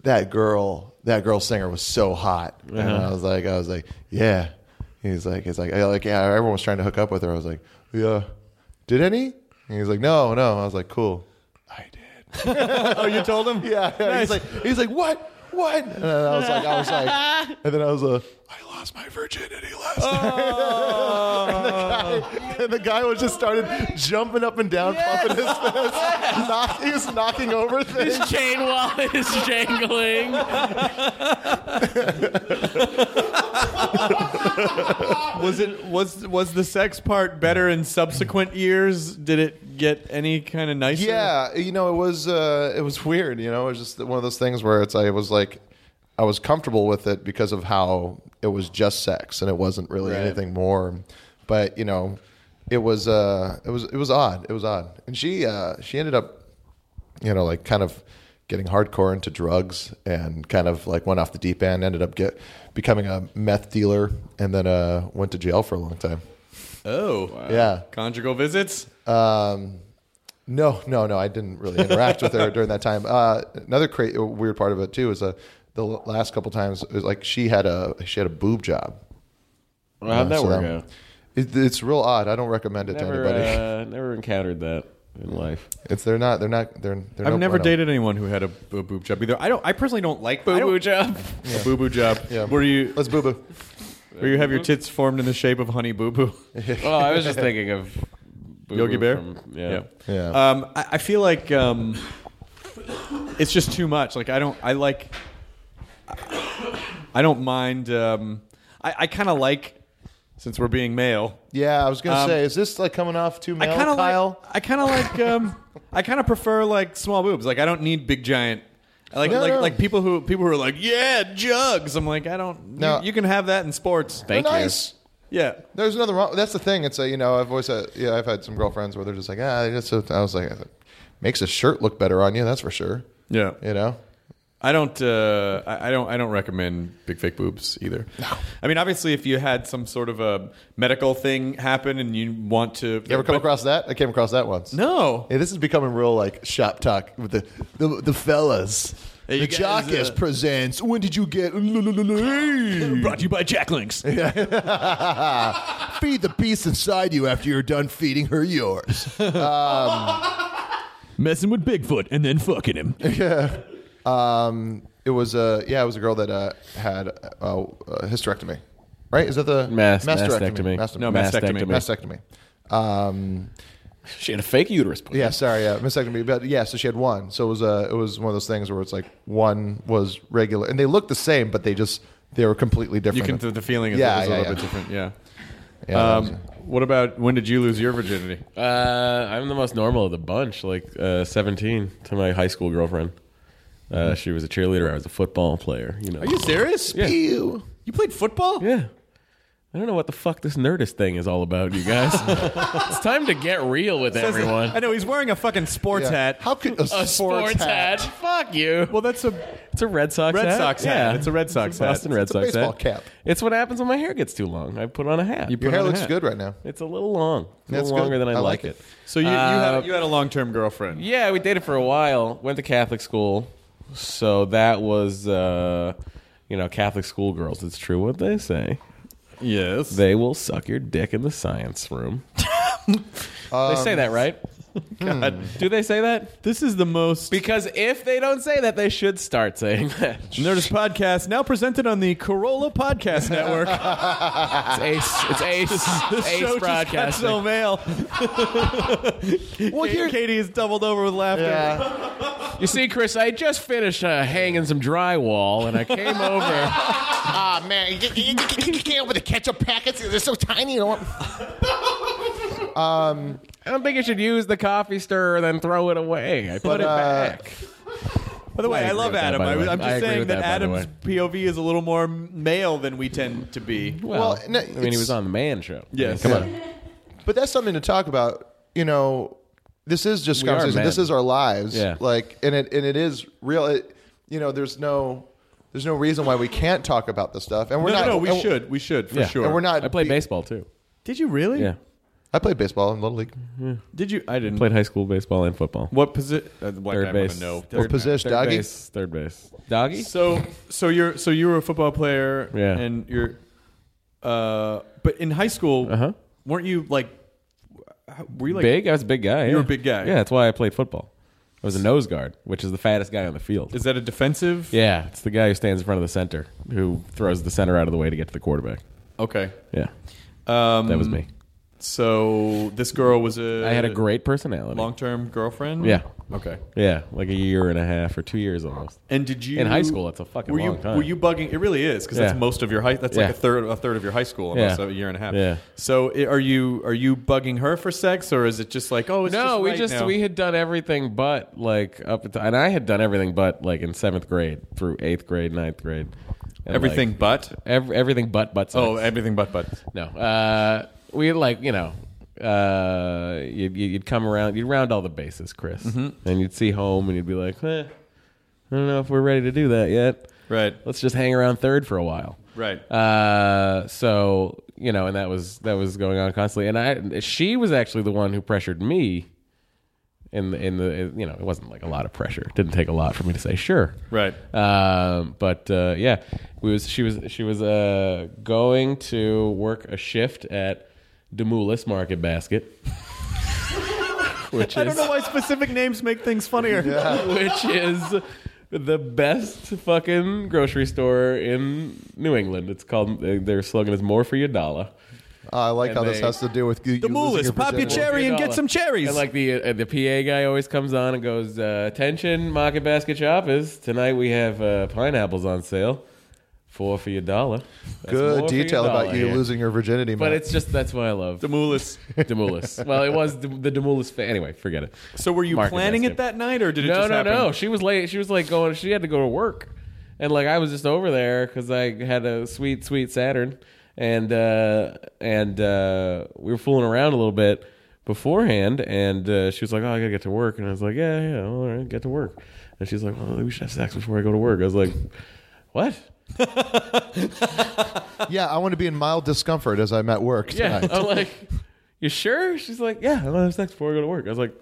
that girl, that girl singer was so hot." And
Uh-huh.
I was like, "I was like, yeah." He's like, "He's like, I like, yeah." Everyone was trying to hook up with her. I was like, "Yeah." Did any? And he's like, "No, no." I was like, "Cool." I did.
Oh, you told him?
Yeah. yeah. He's like, he's like, what? What? And then I was like, I was like, and then I was like, I lost my virginity last
Oh.
night. and, the guy, and the guy was just started jumping up and down, pumping his fist. Knock, he was knocking over things.
His chain wallet is jangling.
Was it was was the sex part better in subsequent years? Did it get any kind of nicer?
Yeah, you know, it was uh, it was weird. You know, it was just one of those things where it's I was like, I was comfortable with it because of how it was just sex and it wasn't really anything more. But you know, it was uh, it was it was odd. It was odd, and she uh, she ended up, you know, like kind of getting hardcore into drugs and kind of like went off the deep end. Ended up get becoming a meth dealer and then uh, went to jail for a long time.
Oh.
Yeah.
Conjugal visits.
No, no, no. I didn't really interact with her during that time. Uh, another cra- weird part of it too is uh, the l- last couple times it was like she had a she had a boob job.
Well, how'd that
So
work out?
It, it's real odd. I don't recommend it
Never,
to anybody.
uh, never encountered that in life.
It's they're not they're not they're. they're
I've
no
never
bueno.
dated anyone who had a, b- boob job either. I don't. I personally don't like I
Boo
don't-
boo job.
A boo boo job.
Yeah.
Where you
Let's boo boo.
where you have your tits formed in the shape of honey boo boo.
Well, I was just thinking of Boo
Yogi
Boo
Bear.
from- yeah.
Yeah.
Um, I, I feel like um, it's just too much. Like I don't. I like. I don't mind. Um, I, I kind of like, since we're being male.
Yeah, I was gonna
Um,
say, is this like coming off too male,
I kind of
Kyle?
like. I kind of like. Um, I kind of prefer like small boobs. Like I don't need big giant. I like
No,
like
no.
like people who people who are like yeah jugs. I'm like I don't.
No.
You, you can have that in sports.
They're
Thank you.
nice.
Yeah.
There's nothing wrong. That's the thing. It's a you know I've always had yeah I've had some girlfriends where they're just like ah it's a, I was like makes a shirt look better on you. That's for sure.
Yeah.
You know.
I don't. Uh, I I don't. I don't recommend big fake boobs either. No. I mean, obviously, if you had some sort of a medical thing happen and you want to,
You ever come
but-
across that? I came across that once.
No.
Hey, this is becoming real like shop talk with the the, the fellas.
Hey, you
the
guys,
Jockus
uh,
presents. When did you get? Brought
to you by Jack Links.
Feed the beast inside you after you're done feeding her yours.
Messing with Bigfoot and then fucking him.
Um, it was a yeah, it was a girl that uh, had a, a, hysterectomy, right? Is that the
Mas-
masterectomy?
mastectomy.
Masterectomy.
No, mastectomy.
mastectomy. Um,
She had a fake uterus. put in.
yeah, sorry, yeah, mastectomy. But yeah, so she had one. So it was a, it was one of those things where it's like one was regular, and they looked the same, but they just they were completely
You
different.
can. The feeling is,
Yeah,
is a
yeah,
little
yeah.
bit different. Yeah.
Yeah,
Um, what about when did you lose your virginity?
Uh, I'm the most normal of the bunch. Like uh, 17 to my high school girlfriend. Uh, she was a cheerleader. I was a football player. You know.
serious?
Yeah.
Ew.
You played football?
Yeah. I don't know what the fuck this nerdist thing is all about, you guys. it's time to get real with everyone.
I know he's wearing a fucking sports
Yeah.
hat.
How could a,
a sports hat. Fuck you.
Well, that's a
It's a Red Sox
Red
hat.
Sox hat. It's a Red Sox
a
hat.
Boston Red
It's a
Sox
baseball
hat.
cap.
It's what happens when my hair gets too long. I put on a hat.
Your hair looks good right now.
It's a little long. It's a
That's
little longer
good.
than I,
I like
like it.
it.
so you, you had
Uh,
a, you had a long term girlfriend.
Yeah, we dated for a while. Went to Catholic school, so that was uh, you know Catholic school girls. It's true what they say.
Yes.
They will suck your dick in the science room. they say that, right? God. Uh, Do they say that?
this is the most
Because if they don't say that, they should start saying that.
Nerdist podcast now presented on the Corolla Podcast Network.
It's ace. It's ace.
this
ace
show just got
broadcasting.
so male. well, here Katie is doubled over with laughter.
Yeah.
You see, Chris, I just finished uh, hanging some drywall, and I came over.
Ah man, you can't with the ketchup packets. They're so tiny. You know.
I don't think you should use the coffee stirrer, then throw it away. I put
But, uh,
it back.
By the way, I,
agree
love
with that,
Adam.
by the
I,
way.
am just
I agree
saying
with
that,
that, by the
Adam's POV is a little more male than we tend to be.
Well,
Well, no,
I mean, he
it's-
was on the Man Show.
Yes.
I mean, come
Yeah.
on.
But that's something to talk about. You know, this is just
We are
conversation.
men.
This is our lives.
Yeah.
Like, and it and it is real. It, you know, there's no there's no reason why we can't talk about this stuff. And we're
No,
not.
no, no, we
and-
should. We should, for
Yeah.
sure.
And we're not.
I played
be-
baseball too.
Did you really?
Yeah,
I played baseball in little league.
Did you? I didn't.
played high school baseball and football.
What position? Uh, what
Third
I
base.
No.
What
position,
Third
doggy?
base. Third base. Doggy.
So, so you're so you were a football player.
Yeah.
And you're, uh, but in high school,
Uh-huh.
weren't you like, how- were you like
big. I was a big guy. You
were a big guy.
Yeah, that's why I played football. I was a nose guard, which is the fattest guy on the field.
Is that a defensive?
yeah, it's the guy who stands in front of the center, who throws the center out of the way to get to the quarterback.
Okay.
Yeah,
Um,
that was me.
So this girl was a.
I had a great personality.
long-term girlfriend.
Yeah.
Okay.
Yeah, like a year and a half or two years almost.
And did you
In high school, that's a fucking
were you,
long time.
Were you bugging? It really is because that's
Yeah.
most of your high. That's like
Yeah.
a third, a third of your high school, almost
Yeah.
a year and a half.
Yeah.
So i- are you are you bugging her for sex, or is it just like oh, it's
no, we
right
just
now?
we had done everything but like up until, and I had done everything but like in seventh grade through eighth grade, ninth grade, And,
everything
like,
but
ev- everything but but. Sex.
oh everything but but
no, uh, we had like you know, uh, you'd, you'd come around, you'd round all the bases, Chris,
Mm-hmm.
and you'd see home, and you'd be like, eh, I don't know if we're ready to do that yet.
right
Let's just hang around third for a while.
right.
Uh, so you know, and that was that was going on constantly, and I she was actually the one who pressured me. In the, in the you know it wasn't like a lot of pressure. It didn't take a lot for me to say sure.
Right.
Um, but uh, yeah, we was she was she was uh, going to work a shift at Demoulis Market Basket, which
I
is
don't know why specific names make things funnier.
which is the best fucking grocery store in New England. It's called their slogan is "More for your dollar."
Uh, I like
And
how this
they-
has to do with you,
The
you
moolahs,
losing your
pop your
virginity.
cherry and
dollar.
get some cherries.
And like the uh, the PA guy always comes on and goes, uh, "Attention, Market Basket shoppers! Tonight we have uh, pineapples on sale, four for your dollar." That's
Good
more for your
detail about
dollar,
you
yeah.
losing your virginity, Matt.
But it's just that's what I love.
Demoulis.
Demoulis. Well, it was the, the Demoulis. Fa- anyway, forget it.
So were you
Market
planning
basket.
it that night, or did it
no,
just
no,
happen?
no. She was late. She was like going. She had to go to work, and like I was just over there because I had a sweet, sweet Saturn, and uh, and uh, we were fooling around a little bit beforehand, and uh, she was like, "Oh, I gotta get to work," and I was like, "Yeah, yeah, all right, get to work." And she's like, "Well, we should have sex before I go to work." I was like, "What?"
Yeah, I want to be in mild discomfort as I'm at work
Yeah,
tonight.
I'm like, "You sure?" She's like, "Yeah, I want to have sex before I go to work." I was like,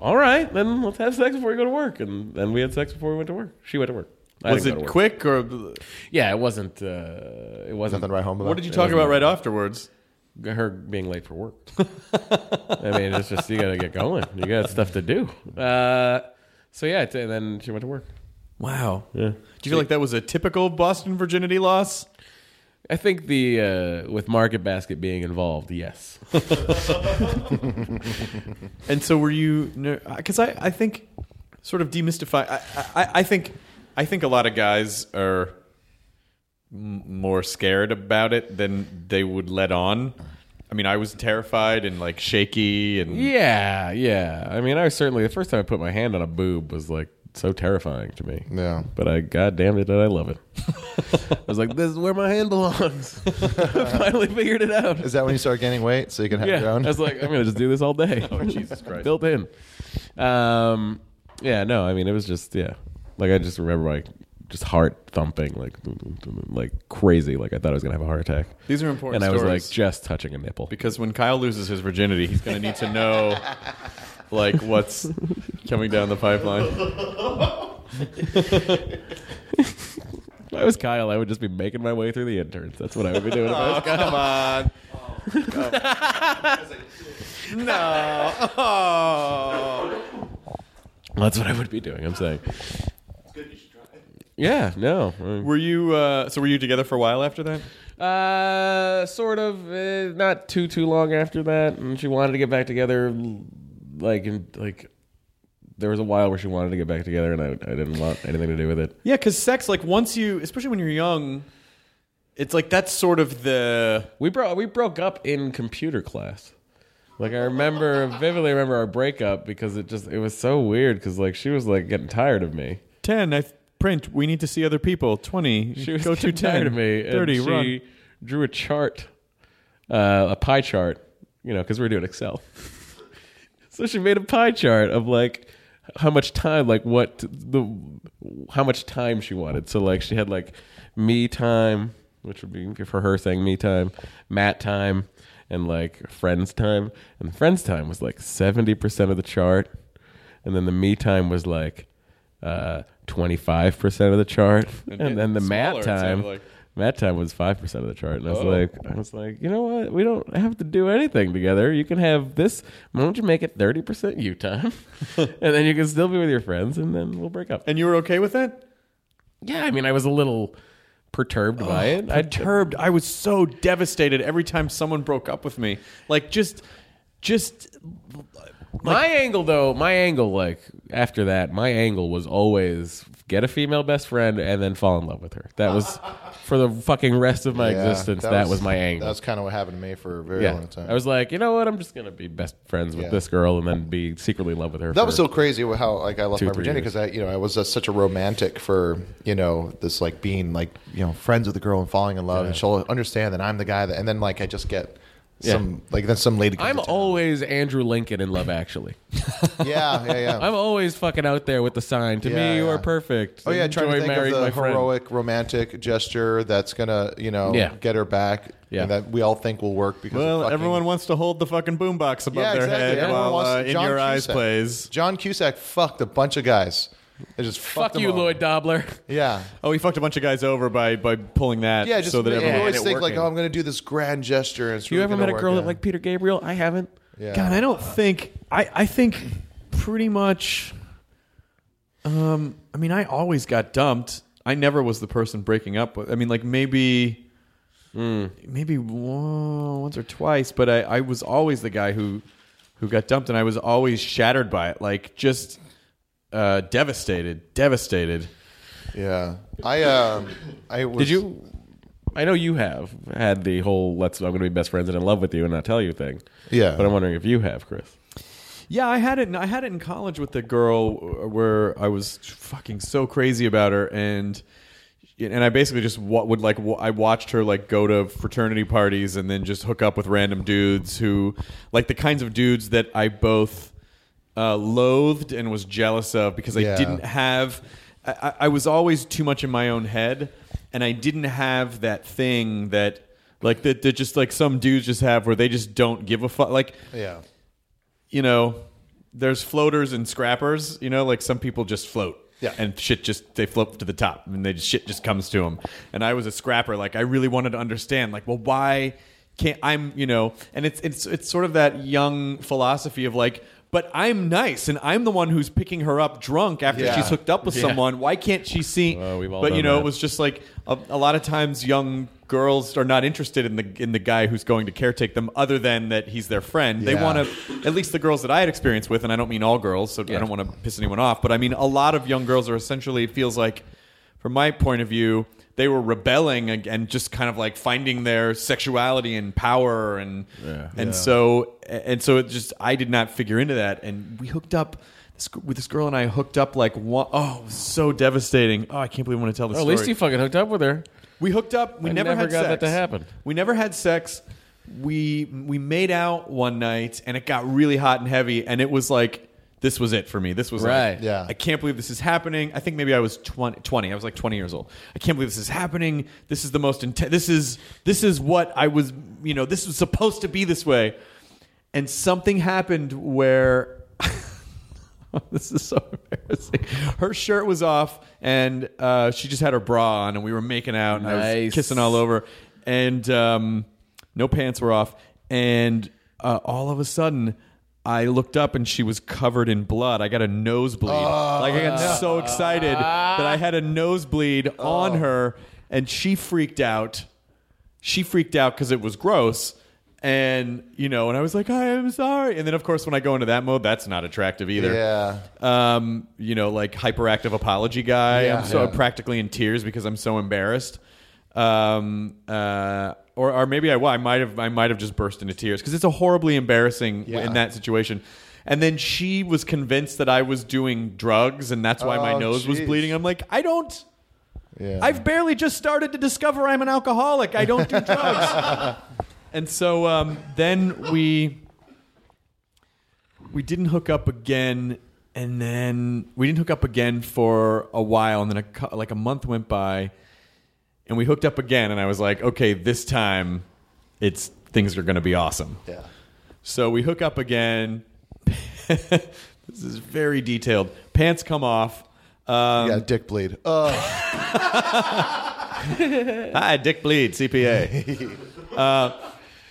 "All right, then let's have sex before we go to work." And then we had sex before we went to work. She went to work. I
Was it
didn't go to work.
quick or
Yeah, it wasn't. Uh, it wasn't
Nothing to write home about.
what did you talk about right afterwards?
her being late for work. I mean, it's just you gotta get going. You got stuff to do. Uh, so yeah, t- and then she went to work.
Wow. Yeah. Do you feel like that was a typical Boston virginity loss?
I think the uh, with market basket being involved, yes.
And so were you? Because I, I think sort of demystify. I, I, I think I think a lot of guys are m- more scared about it than they would let on. I mean, I was terrified and like shaky and
yeah, yeah. I mean, I was certainly the first time I put my hand on a boob was like so terrifying to me.
Yeah.
But I, god damn it, did I love it. I was like, this is where my hand belongs. I finally figured it out.
Is that when you start gaining weight so you can have your
Yeah, I
own?
was like, I'm gonna just do this all day. oh Jesus Christ! Built in. Um, yeah, no, I mean it was just yeah, like I just remember like just heart thumping like like crazy, like I thought I was gonna have a heart attack.
These are important
and I was
stories.
like just touching a nipple.
because when Kyle loses his virginity, he's going to need to know like what's coming down the pipeline.
If I was Kyle, I would just be making my way through the interns. That's what I would be doing. if I was Kyle.
Come on. no.
That's what I would be doing. I'm saying. Yeah, no. Mm.
Were you uh, so? Were you together for a while after that?
Uh, sort of. Uh, not too too long after that, and she wanted to get back together. Like in like, there was a while where she wanted to get back together, and I I didn't want anything to do with it.
Yeah, because sex, like once you, especially when you're young, it's like that's sort of the
We broke we broke up in computer class. Like I remember vividly remember our breakup because it just it was so weird because like she was like getting tired of me.
ten. I print. We need to see other people. Twenty.
She was
go to
getting
ten.
tired of me. and
Thirty.
she
Run.
drew a chart, uh, a pie chart. You know, because we were doing Excel. so she made a pie chart of like how much time, like what the how much time she wanted. So like she had like me time, which would be for her saying me time, Matt time, and like friends time. And the friends time was like seventy percent of the chart, and then the me time was like. Uh, 25% of the chart and,
getting
then the
smaller,
mat
it sounded
time
like.
Matt time was five percent of the chart, and I was
Oh.
like, I was like, you know what? We don't have to do anything together. You can have this. Why don't you make it thirty percent you time, and then you can still be with your friends, and then we'll break up.
And you were okay with that?
yeah, I mean, I was a little perturbed by
Oh,
it. I
Perturbed. I was so devastated every time someone broke up with me. Like just, just
my angle though, my angle like after that, my angle was always get a female best friend and then fall in love with her. That was for the fucking rest of my
Yeah,
existence. That, was, my angle.
That's kind of what happened to me for a very long time.
I was like, you know what? I'm just gonna be best friends with
Yeah.
this girl and then be secretly in love with her.
that was
for-
so crazy how like I left
Two,
my
three
virginity
years.
because I you know I was uh, such a romantic for you know this like being like you know friends with a girl and falling in love and she'll understand that I'm the guy that and then like I just get some like then some lady. comes
I'm
to town.
always Andrew Lincoln in Love Actually.
yeah yeah yeah.
I'm always fucking out there with the sign. To
Yeah,
me, you
yeah.
are perfect.
Oh yeah,
Enjoy
trying to think
marrying my
of the
friend.
heroic romantic gesture that's gonna, you know,
Yeah.
get her back,
Yeah.
and that we all think will work because of
well,
fucking-
everyone wants to hold the fucking boombox above
yeah,
their
exactly.
head
Everyone
while
wants
uh,
to-
in
John
your eyes
Cusack.
plays.
John Cusack fucked a bunch of guys. They just fucked
Fuck
them
you,
all.
Lloyd Dobler.
Yeah,
Oh, he fucked a bunch of guys over by by pulling that.
yeah. Just
so that
you
everyone
always
had it
think like,
working.
oh, I'm gonna do this grand gesture. And it's
You
really
ever
gonna
met a
work
girl that
out.
like Peter Gabriel? I haven't.
Yeah.
God, I don't think I. I think pretty much. Um, I mean, I always got dumped. I never was the person breaking up with. I mean, like maybe, maybe one, once or twice, but I, I was always the guy who, who got dumped, and I was always shattered by it. Like just, uh, devastated, devastated.
Yeah, I um, I was,
Did you? I know you have had the whole "let's I'm going to be best friends and in love with you and not tell you" thing.
Yeah.
but I'm wondering if you have, Chris.
Yeah, I had it. In, I had it in college with the girl where I was fucking so crazy about her, and and I basically just what would like wa- I watched her like go to fraternity parties and then just hook up with random dudes who like the kinds of dudes that I both uh, loathed and was jealous of because I
Yeah.
didn't have I, I- I was always too much in my own head and I didn't have that thing that like that, that just like some dudes just have where they just don't give a fuck like
Yeah.
you know, there's floaters and scrappers. You know, like some people just float.
Yeah.
And shit just they float to the top and they just, shit just comes to them. And I was a scrapper. Like I really wanted to understand. Like, well, why can't I'm you know? And it's it's it's sort of that young philosophy of like. But I'm nice, and I'm the one who's picking her up drunk after
Yeah.
she's hooked up with
Yeah.
someone. Why can't she see?
Well, we've all
but
done
you know,
that.
it was just like a, a lot of times young girls are not interested in the in the guy who's going to caretake them, other than that he's their friend. They
Yeah.
want to at least the girls that I had experience with, and I don't mean all girls, so I don't want to piss anyone off, but I mean a lot of young girls are essentially it feels like, from my point of view, they were rebelling ag- and just kind of like finding their sexuality and power and and so and so it just I did not figure into that, and we hooked up. This, g- with this girl and I hooked up like one, oh, it was so devastating. Oh, I can't believe I want to tell this
Or at
story.
least you fucking hooked up with her.
We hooked up. We
I
never,
never
had
got
sex.
that to happen.
We never had sex. We we made out one night, and it got really hot and heavy, and it was like this was it for me. This was like,
Right.
Yeah.
I can't believe this is happening. I think maybe I was 20, 20. I was like twenty years old. I can't believe this is happening. This is the most intense. This is this is what I was. You know, this was supposed to be this way, and something happened where this is so embarrassing. Her shirt was off, and uh, she just had her bra on, and we were making out, and I was
Nice.
kissing all over, and um, no pants were off, and uh, all of a sudden. I looked up and she was covered in blood. I got a nosebleed. like I got so excited that I had a nosebleed on her and she freaked out she freaked out because it was gross and you know and i was like i am sorry and then of course when i go into that mode that's not attractive either
Yeah.
um you know like hyperactive apology guy i'm so
Yeah.
practically in tears because i'm so embarrassed um uh or, or maybe I, well, I might have I might have just burst into tears because it's a horribly embarrassing
Yeah.
in that situation, and then she was convinced that I was doing drugs and that's why my
Oh,
nose was
jeez.
bleeding. I'm like, I don't,
Yeah.
I've barely just started to discover I'm an alcoholic. I don't do drugs. and so um, then we we didn't hook up again, and then we didn't hook up again for a while, and then a, cou- like a month went by, and we hooked up again, and I was like, okay, this time, it's things are going to be awesome.
yeah.
So we hook up again. this is very detailed. Pants come off. Um,
yeah. Dick bleed. Uh,
Hi, Dick Bleed, CPA. uh,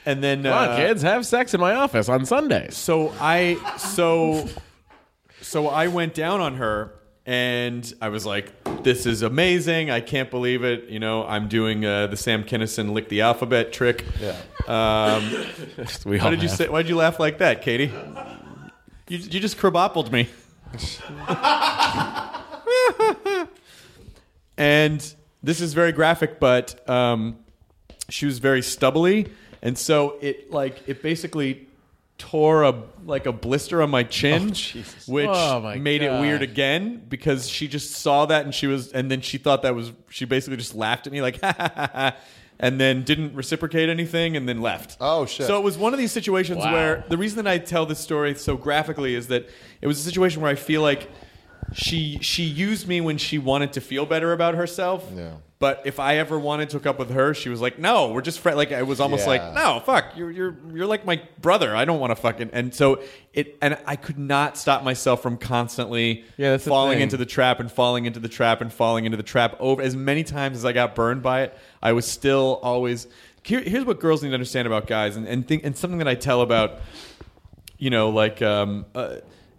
and then,
Come
uh,
on, kids, have sex in my office on Sundays.
so I, so, so I went down on her, and I was like, "This is amazing! I can't believe it!" You know, I'm doing uh, the Sam Kinison lick the alphabet trick.
yeah.
Um,
We
how
all
did you
have.
say? Why did you laugh like that, Katie? You, you just kraboppled me. and this is very graphic, but um, she was very stubbly, and so it like it basically tore a like a blister on my chin, which
Oh, my
made it
God.
weird again because she just saw that and she was and then she thought that was she basically just laughed at me like ha ha ha. ha, And then didn't reciprocate anything, and then left.
Oh, shit.
So it was one of these situations
Wow.
where the reason that I tell this story so graphically is that it was a situation where I feel like she she used me when she wanted to feel better about herself.
Yeah.
But if I ever wanted to hook up with her, she was like, "No, we're just friends." Like it was almost
Yeah.
like, "No, fuck, you're you're you're like my brother. I don't want to fucking." And so it and I could not stop myself from constantly
Yeah, that's the
falling
thing.
into the trap and falling into the trap and falling into the trap over as many times as I got burned by it. I was still always. Here, here's what girls need to understand about guys, and and, think, and something that I tell about you know, like, um,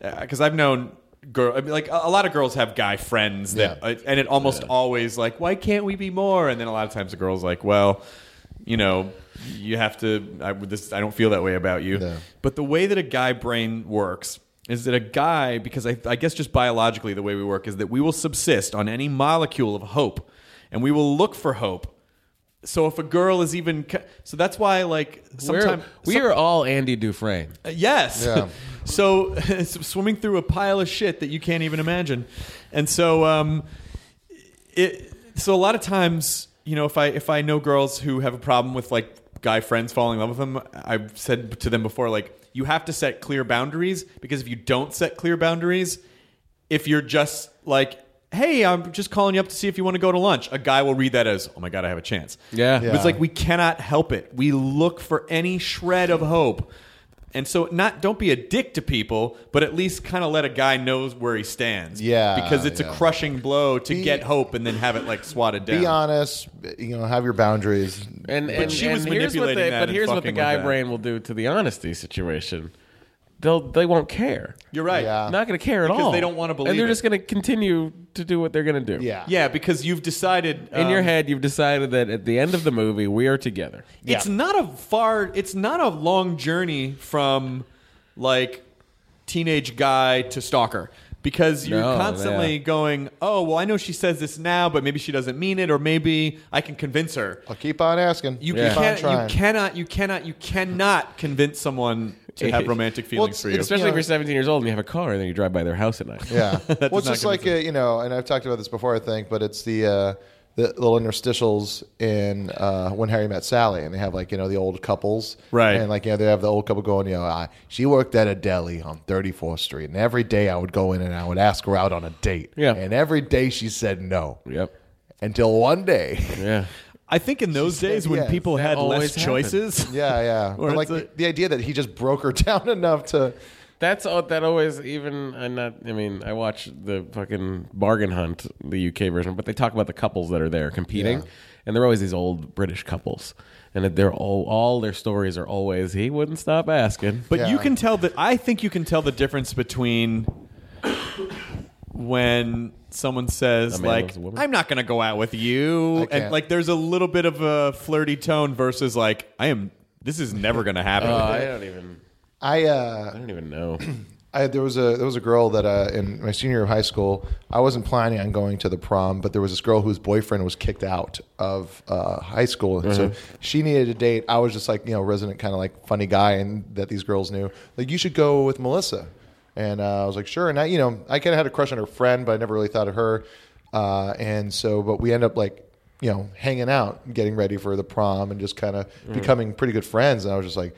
because I've known girl, I mean, like a, a lot of girls have guy friends that,
Yeah.
uh, and it almost always like, why can't we be more? And then a lot of times the girls like, well, you know, you have to. I would this. I don't feel that way about you.
No.
But the way that a guy brain works is that a guy, because I, I guess just biologically the way we work is that we will subsist on any molecule of hope, and we will look for hope. So if a girl is even, ca- so that's why like
We're,
sometimes
we are all Andy Dufresne.
Yes.
Yeah.
so swimming through a pile of shit that you can't even imagine, and so um, it so a lot of times, you know, if I if I know girls who have a problem with like guy friends falling in love with them, I've said to them before like you have to set clear boundaries because if you don't set clear boundaries, if you're just like Hey, I'm just calling you up to see if you want to go to lunch. A guy will read that as, "Oh my god, I have a chance."
Yeah.
But it's like we cannot help it. We look for any shred of hope. And so not don't be a dick to people, but at least kind of let a guy know where he stands.
Yeah,
Because it's a
yeah.
crushing blow to get hope and then have it like swatted down.
Be honest. You know, have your boundaries.
And, and
she
and
was
here's what
manipulating
they-
that
But
and
here's what the
fucking
guy
with that.
brain will do to the honesty situation. They'll they won't care.
You're right.
Yeah.
Not going to care at
Uh, Because
all.
they don't wanna believe
And they're
it.
just going to continue to do what they're going to do.
Yeah.
Yeah, because you've decided
In your
um,
head, you've decided that at the end of the movie, we are together.
It's not a far. It's not a long journey from like teenage guy to stalker because you're
No,
constantly
yeah.
going, oh well, I know she says this now, but maybe she doesn't mean it, or maybe I can convince her.
I'll keep on asking.
You,
Yeah.
keep on
can't,
trying.
you cannot, you cannot, you cannot convince someone to have romantic
Well,
feelings
it's- it's-
for you.
Especially if you're 17 years old and you have a car and then you drive by their house at night.
Yeah. well,
does
it's
not
just like uh, you know, and I've talked about this before, I think, but it's the uh, the little interstitials in uh, when Harry met Sally, and they have like you know the old couples,
Right.
And like you know they have the old couple going, you know, I, she worked at a deli on 34th Street, and every day I would go in and I would ask her out on a date,
Yeah.
and every day she said no,
Yep.
until one day,
Yeah.
I think in those days when
yes.
people had less
always happened.
choices,
yeah, yeah,
Or
But, like
it's
the, the idea that he just broke her down enough to,
That's all, that always even I'm not I mean I watch the fucking Bargain Hunt the UK version but they talk about the couples that are there competing and they're always these old British couples and they're all all their stories are always he wouldn't stop asking
But you
Yeah.
can tell that I think you can tell the difference between when someone says
A man
like
loves a woman?
I'm not going to go out with you and
can't.
like there's a little bit of a flirty tone versus like I am this is never going to happen.
Oh, I don't even
I uh,
I don't even know
I, there was a there was a girl that uh, in my senior year of high school, I wasn't planning on going to the prom, but there was this girl whose boyfriend was kicked out of uh, high school, and so she needed a date. I was just like you know resident kind of like funny guy, and that these girls knew like you should go with Melissa, and uh, I was like sure, and I you know I kind of had a crush on her friend, but I never really thought of her, uh, and so but we end up like you know hanging out, and getting ready for the prom, and just kind of becoming pretty good friends, and I was just like.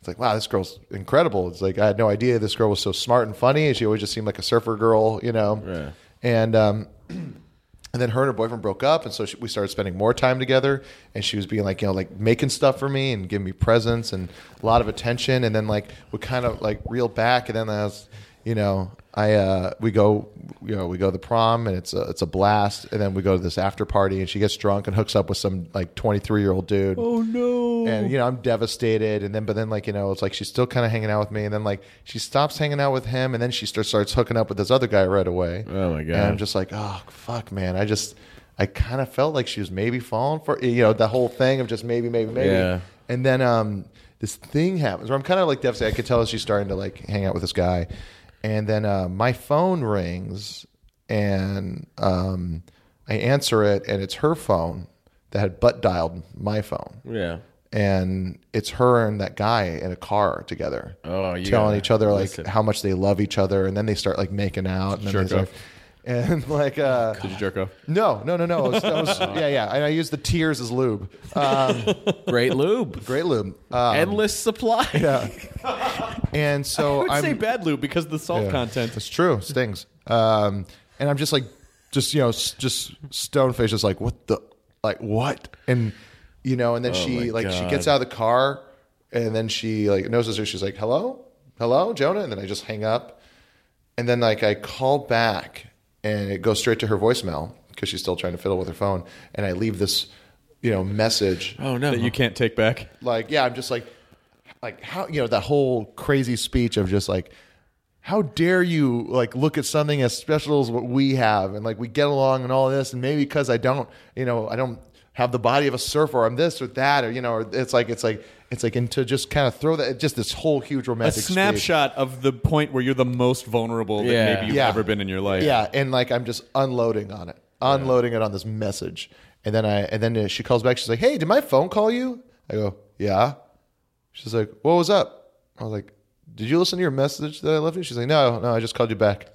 It's like, wow, this girl's incredible. It's like I had no idea this girl was so smart and funny, and she always just seemed like a surfer girl, you know.
Yeah.
And um, and then her and her boyfriend broke up, and so she, we started spending more time together. And she was being like, you know, like making stuff for me and giving me presents and a lot of attention. And then like we kind of like reel back, and then I was, you know, I uh, we go, you know, we go to the prom, and it's a it's a blast. And then we go to this after party, and she gets drunk and hooks up with some like twenty three year old dude. Oh no! And you know, I'm devastated. And then but then like you know, it's like she's still kind of hanging out with me, and then like she stops hanging out with him, and then she starts starts hooking up with this other guy right away.
Oh, my God.
And I'm just like, oh fuck, man. I just, I kind of felt like she was maybe falling for, you know, the whole thing of just maybe, maybe, maybe.
Yeah.
And then um, this thing happens where I'm kind of like devastated. I could tell she's starting to like hang out with this guy, and then uh, my phone rings, and um, I answer it, and it's her phone that had butt dialed my phone
yeah
and it's her and that guy in a car together.
Oh, you
telling
gotta
each other like
listen.
how much they love each other, and then they start like making out. And then
Jerk
there's, like,
off.
and like uh,
Oh,
Did you jerk off?
no, no, no, no. I was- I was- yeah, yeah. And I used the tears as lube. Um,
great lube
great lube. Uh,
endless supply
and so
I would
am
say bad lube because of the salt content.
It's true. Stings. Um, and I'm just like, just you know, s- just stone face, just like what the, like what, and you know, and then she
Oh my
like she
God.
gets out of the car, and then she like notices her. She's like, hello, hello, Jonah, and then I just hang up, and then like I call back, and it goes straight to her voicemail because she's still trying to fiddle with her phone, and I leave this, you know, message
oh no
That you can't take back.
like yeah i'm just like like how you know that whole crazy speech of just like how dare you like look at something as special as what we have and like we get along and all this and maybe because i don't you know i don't have the body of a surfer i'm this or that or you know or it's like it's like it's like and to just kind of throw that just this whole huge
A
romantic speech.
snapshot of the point where you're the most vulnerable that
Yeah.
maybe you've
Yeah.
ever been in your life.
Yeah, and like I'm just unloading on it, unloading it on this message, and then I and then uh, she calls back. She's like, "Hey, did my phone call you?" I go, "Yeah." She's like, "What was up?" I was like, "Did you listen to your message that I left you?" She's like, "No, no, I just called you back."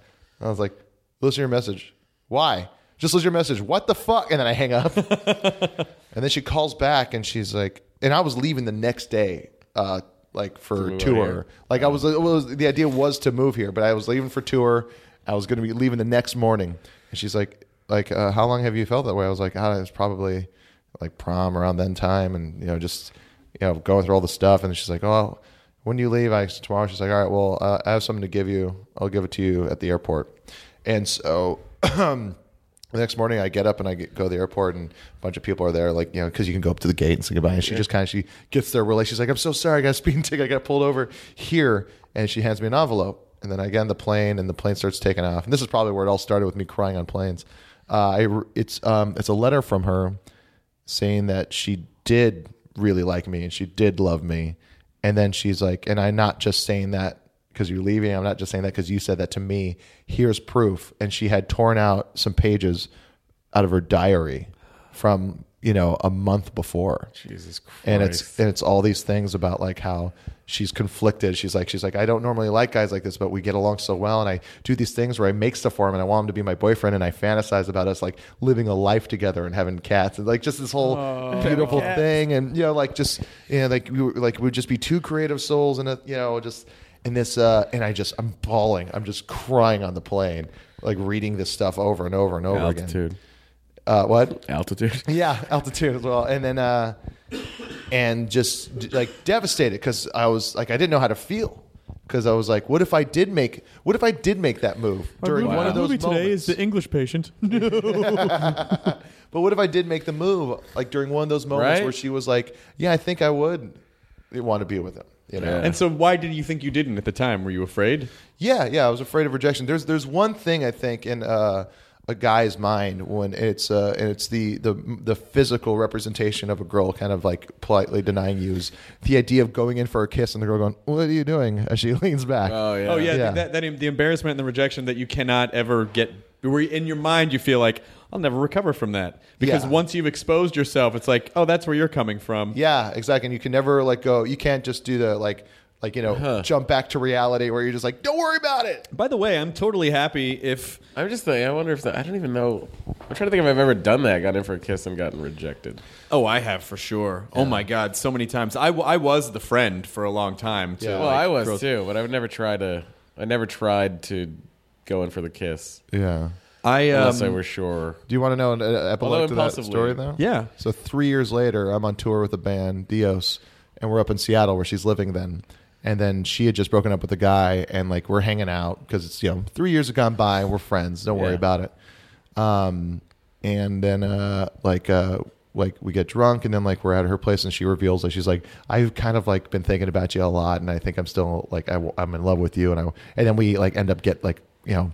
I was like, "Listen to your message. Why?" Just leave your message. What the fuck? And then I hang up. and then she calls back and she's like, and I was leaving the next day, uh, like for tour. Like I was, it was, the idea was to move here, but I was leaving for tour. I was going to be leaving the next morning. And she's like, like, uh, how long have you felt that way? I was like, ah, it's probably like prom around then time. And, you know, just, you know, going through all the stuff. And she's like, oh, when do you leave? I said, tomorrow. She's like, all right, well, uh, I have something to give you. I'll give it to you at the airport. And so the next morning I get up and I get, go to the airport and a bunch of people are there, like, you know, cause you can go up to the gate and say goodbye. And she just kind of, she gets there really, she's like, I'm so sorry. I got a speeding ticket. I got pulled over here. And she hands me an envelope. And then I get on the plane and the plane starts taking off. And this is probably where it all started with me crying on planes. Uh, I, re- it's, um, it's a letter from her saying that she did really like me and she did love me. And then she's like, and I'm not just saying that because you're leaving. I'm not just saying that because you said that to me. Here's proof. And she had torn out some pages out of her diary from, you know, a month before.
Jesus Christ.
And it's and it's all these things about like how she's conflicted. She's like she's like I don't normally like guys like this, but we get along so well, and I do these things where I make stuff for him, and I want him to be my boyfriend, and I fantasize about us like living a life together and having cats, and like just this whole beautiful thing, and you know like just you know like we were, like we'd just be two creative souls, and uh, you know just and this uh and I just I'm bawling, I'm just crying on the plane, like reading this stuff over and over and over again.
altitude.
Uh, what?
Altitude.
Yeah, altitude as well. And then, uh, and just d- like devastated because I was like, I didn't know how to feel because I was like, what if I did make, what if I did make that move during one of those
movie
moments?
today is the English patient.
but what if I did make the move like during one of those moments
Right?
where she was like, yeah, I think I would want to be with him, you know?
and so, why did you think you didn't at the time? Were you afraid?
Yeah, yeah, I was afraid of rejection. There's there's one thing I think in uh, a guy's mind when it's uh, and it's the, the the physical representation of a girl kind of like politely denying you is the idea of going in for a kiss and the girl going, "What are you doing?" as she leans back.
Oh yeah.
Oh yeah,
Yeah.
That, that the embarrassment and the rejection that you cannot ever get. Where in your mind you feel like I'll never recover from that because
Yeah.
once you've exposed yourself, it's like oh that's where you're coming from.
Yeah, exactly. And you can never like go. You can't just do the like like you know jump back to reality where you're just like, "Don't worry about it."
By the way, I'm totally happy if
I'm just thinking. I wonder if that. I don't even know. I'm trying to think if I've ever done that. Got in for a kiss and gotten rejected.
Oh, I have for sure. Oh my god, so many times. I, w- I was the friend for a long time too.
Well, I was too, but I would never try to. I never tried to go in for the kiss
Yeah.
I um,
unless I were sure.
Do you want to know an uh,
Although
epilogue to that
impulsively.
story though?
Yeah.
So three years later, I'm on tour with a band, Dios, and we're up in Seattle where she's living then. And then she had just broken up with a guy, and like we're hanging out because it's you know three years have gone by, and we're friends. Don't worry
Yeah.
about it. Um, and then uh, like uh, like we get drunk, and then like we're at her place, and she reveals like she's like I've kind of like been thinking about you a lot, and I think I'm still like I, am in love with you, and I and then we like end up get like you know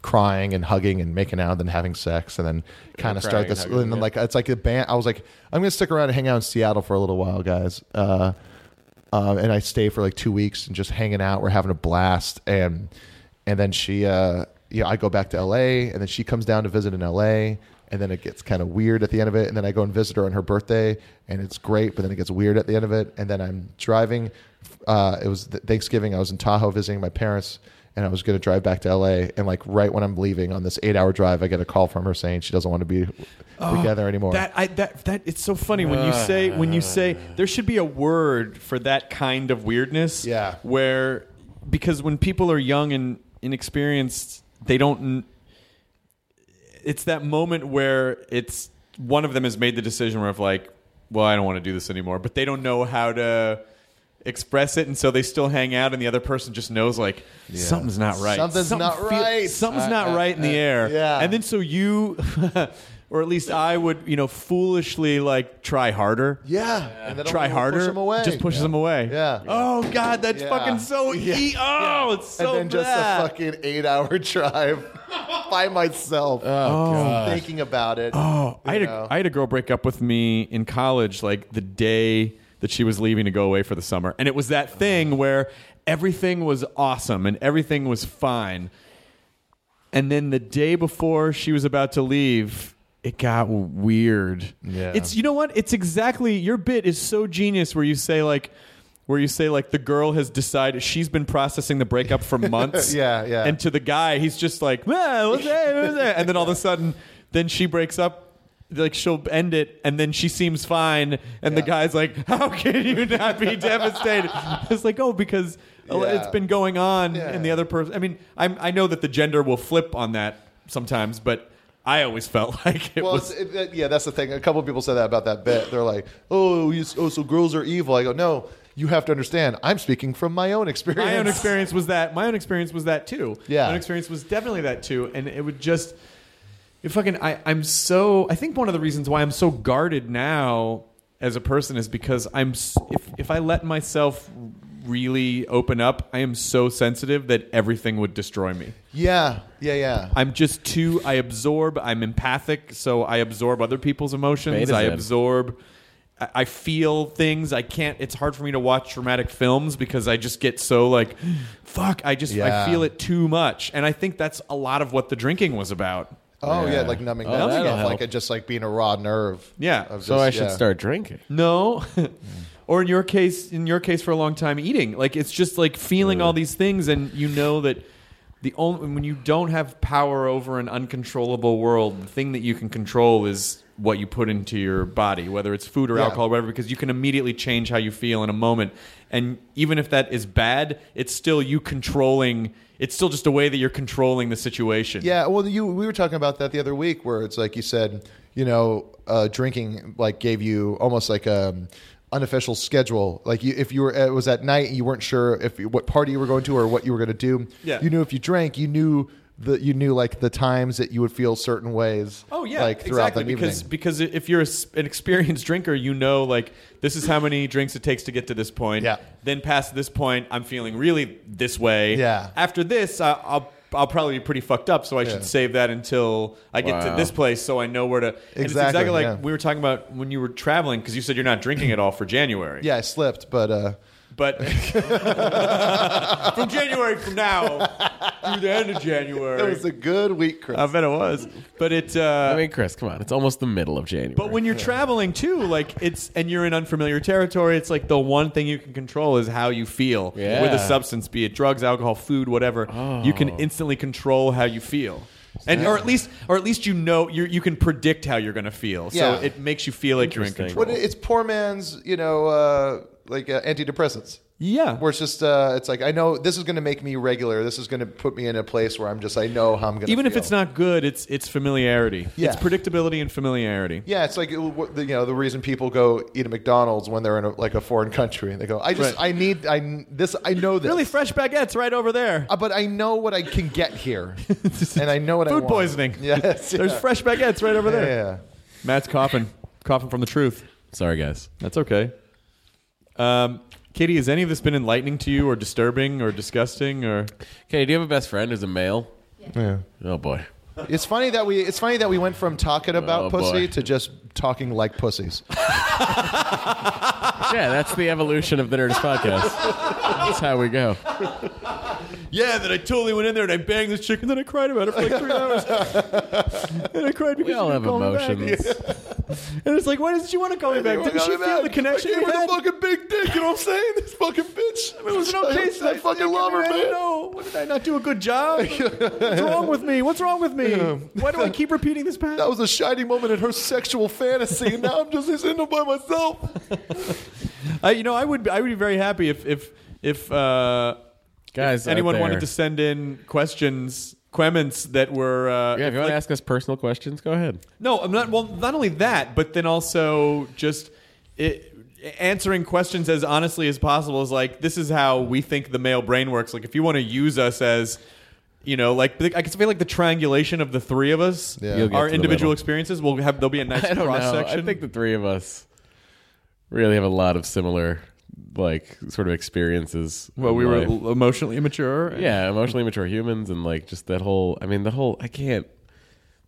crying and hugging and making out and then having sex and then kind of start
crying and
this and,
hugging,
then
yeah.
like it's like a band i was like i'm gonna stick around and hang out in seattle for a little while guys uh, uh, and i stay for like two weeks and just hanging out we're having a blast and and then she uh you know, i go back to la and then she comes down to visit in la and then it gets kind of weird at the end of it and then i go and visit her on her birthday and it's great but then it gets weird at the end of it and then i'm driving uh, it was th- thanksgiving i was in tahoe visiting my parents and I was going to drive back to LA. And like right when I'm leaving on this eight hour drive, I get a call from her saying she doesn't want to be together anymore.
that I that that it's so funny when you say when you say there should be a word for that kind of weirdness.
Yeah.
Where because when people are young and inexperienced, they don't. kn- It's that moment where it's one of them has made the decision where of like, well, I don't want to do this anymore, but they don't know how to express it and so they still hang out and the other person just knows like something's not right
Something's not right. Uh,
something's not right in the air
yeah.
and then so you or at least i would you know foolishly like try harder
yeah. And then
try
I'll
harder
Push them away.
just pushes them away
Yeah.
oh god that's
Yeah.
fucking so
Yeah.
e- oh it's so
and then just
bad.
a fucking eight hour drive by myself. Thinking about it.
Oh, I had, a,
know.
I had a girl break up with me in college, like the day that she was leaving to go away for the summer. And it was that
Uh-huh.
thing where everything was awesome and everything was fine. And then the day before she was about to leave, it got weird.
Yeah.
It's, you know what? It's exactly, your bit is so genius where you say, like, where you say like the girl has decided she's been processing the breakup for months
Yeah, yeah.
and to the guy, he's just like, "Ah, what's that? What's that?" and then all of a sudden, Then she breaks up. Like she'll end it, and then she seems fine, and the guy's like, "How can you not be devastated?" It's like, "Oh, because it's
Yeah.
been going on,"
Yeah.
and the other person. I mean, I'm, I know that the gender will flip on that sometimes, but I always felt like it
well,
was.
it's- it- that- yeah, that's the thing. A couple of people said that about that bit. They're like, "Oh, you, oh, so girls are evil." I go, "No, you have to understand. I'm speaking from my own experience.
my own experience was that. My own experience was that too.
Yeah.
my own experience was definitely that too. And it would just, it fucking. I, I'm so. I think one of the reasons why I'm so guarded now as a person is because I'm. s- If if I let myself really open up, I am so sensitive that everything would destroy me.
Yeah, yeah, yeah.
I'm just too. I absorb. I'm empathic, so I absorb other people's emotions.
Beta's
I
in.
absorb. I I feel things. I can't. It's hard for me to watch dramatic films because I just get so like, fuck. I just
Yeah.
I feel it too much, and I think that's a lot of what the drinking was about.
oh yeah, like numbing
Oh,
that
that'll
stuff,
help.
like it just like being a raw nerve.
Yeah.
of
So
just-
I
yeah.
should start drinking.
No. or in your case, in your case for a long time eating. Like it's just like feeling all these things and you know that the only when you don't have power over an uncontrollable world, the thing that you can control is what you put into your body, whether it's food or
Yeah.
alcohol, whatever, because you can immediately change how you feel in a moment. And even if that is bad, it's still you controlling it's still just a way that you're controlling the situation.
Yeah, well, you we were talking about that the other week, where it's like you said, you know, uh, drinking like gave you almost like a unofficial schedule. Like you, if you were it was at night, and you weren't sure if you- what party you were going to or what you were going to do.
Yeah.
you knew if you drank, you knew the you knew like the times that you would feel certain ways.
Oh yeah,
like throughout
exactly.
the
because
evening.
because if you're a s an experienced drinker, you know like this is how many drinks it takes to get to this point.
Yeah.
Then past this point, I'm feeling really this way.
Yeah.
After this, I, I'll I'll probably be pretty fucked up, so I
Yeah.
should save that until I get to
Wow.
this place, so I know where to. and it's
Exactly,
exactly like
yeah.
we were talking about when you were traveling, because you said you're not drinking at all for January.
yeah, I slipped, but uh,
But from January from now through the end of January,
it was a good week, Chris.
I bet it was. But it. Uh,
I mean, Chris, come on. It's almost the middle of January.
But when you're traveling too, like it's and you're in unfamiliar territory, it's like the one thing you can control is how you feel
Yeah. Oh.
with a substance, be it drugs, alcohol, food, whatever. You can instantly control how you feel. And or at least or at least you know you you can predict how you're going to feel.
Yeah.
So it makes you feel like you're in
Interesting.
control.
What it's poor man's, you know, uh, like uh, antidepressants.
Yeah.
where it's just uh, it's like I know this is going to make me regular. This is going to put me in a place where I'm just I know how I'm going. to
Even if it's not good, it's it's familiarity.
Yeah.
It's predictability and familiarity.
yeah, it's like it- what the- you know the reason people go eat at McDonald's when they're in a, like a foreign country and they go I just
Right.
I need I this I know this
Really fresh baguettes right over there.
Uh, but I know what I can get here, and I know what I
Food
want.
poisoning.
Yes,
There's
yeah.
fresh baguettes right over
Yeah,
there.
yeah.
Matt's coughing. coughing from the truth.
Sorry, guys.
That's okay. Um, Katie, has any of this been enlightening to you, or disturbing, or disgusting, or
Okay, do you have a best friend who's a male?
Yeah.
Oh boy.
It's funny that we it's funny that we went from talking about
Oh,
pussy
boy.
to just talking like pussies.
Yeah, that's the evolution of the Nerdist podcast. That's how we go.
yeah, that I totally went in there and I banged this chick and then I cried about it for like three hours, and I cried because
We all
she
have
didn't call me back.
emotions.
And it's like, why doesn't she want to call me back? Didn't she feel the connection? we had?
big dick. You know what I'm saying? This fucking bitch.
It was an okay.
I
size
fucking
dick,
love her,
I don't
man.
know. What, did I not do a good job? What's wrong with me? What's wrong with me? Why do I keep repeating this pattern?
That was a shiny moment in her sexual fantasy, and now I'm just sitting there by myself.
I, you know, I would, I would be very happy if, if, if. Uh,
Guys, out
anyone
there-
wanted to send in questions, quements that were uh,
Yeah, if you want
like-
to ask us personal questions, go ahead.
no, I'm not. Well, not only that, but then also just it, answering questions as honestly as possible is like this is how we think the male brain works. Like if you want to use us as you know, like I feel like the triangulation of the three of us,
Yeah. You'll
get
our
to the
individual
middle.
experiences, will have there'll be a nice
I don't
cross
know.
section.
I think the three of us really have a lot of similar, like, sort of experiences.
well,
in
we were
life.
l- emotionally immature.
yeah, emotionally mature humans, and like just that whole. I mean, the whole. I can't.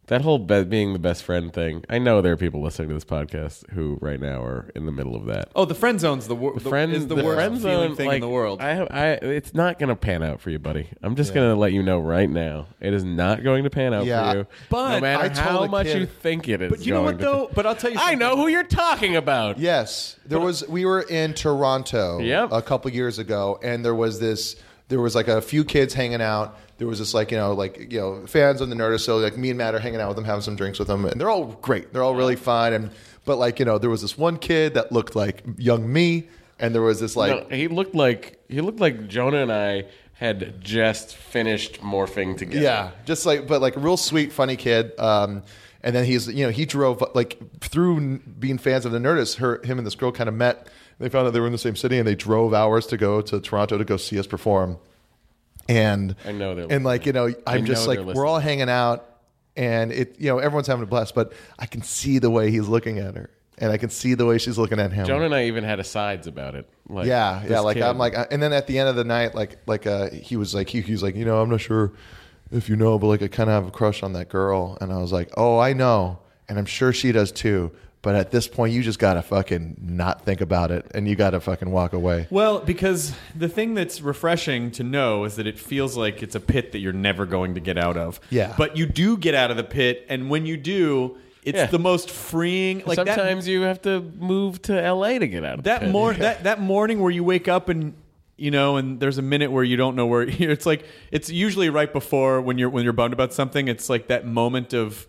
That whole be- being the best friend thing. I know there are people listening to this podcast who right now are in the middle of that.
Oh, the friend zone's the, wor- the,
friend
is the,
the
worst
friend
feeling
zone,
thing in
like,
the world.
I, have, I, it's not going to pan out for you, buddy. I'm just going to let you know right now. It is not going to pan out
Yeah.
for you.
But
no matter
I told
how
a
much
kid-
you think it is.
But you know
going
what
to
though?
pan-
But I'll tell you,
I
something.
know who you're talking about.
Yes, there was. We were in Toronto
Yep.
a couple years ago, and there was this there was like a few kids hanging out. There was just like you know like you know fans on the Nerdist, so like me and Matt are hanging out with them, having some drinks with them, and they're all great. They're all really fun. And but like you know there was this one kid that looked like young me, and there was this like
No, he looked like he looked like Jonah and I had just finished morphing together.
Yeah, just like but like a real sweet, funny kid. Um, and then he's you know he drove like through n- being fans of the Nerdist. Her, him and this girl kind of met. They found out they were in the same city, and they drove hours to go to Toronto to go see us perform. And
I know they're
and like you know, I'm
know
just like
they're
we're all hanging out, and it you know everyone's having a blast, but I can see the way he's looking at her, and I can see the way she's looking at him.
Jonah and I even had asides about it. Like,
Yeah, yeah.
this
Like
kid-
I'm like, and then at the end of the night, like like uh, he was like he, he was like, you know, I'm not sure if you know, but like I kind of have a crush on that girl, and I was like, oh, I know, and I'm sure she does too. But at this point, you just gotta fucking not think about it, and you gotta fucking walk away.
Well, because the thing that's refreshing to know is that it feels like it's a pit that you're never going to get out of.
Yeah.
But you do get out of the pit, and when you do, it's
Yeah.
the most freeing. Like that-
sometimes you have to move to LA to get out of the
that
pit.
mor- that that morning where you wake up and you know and there's a minute where you don't know where you're it's like it's usually right before when you're when you're bummed about something it's like that moment of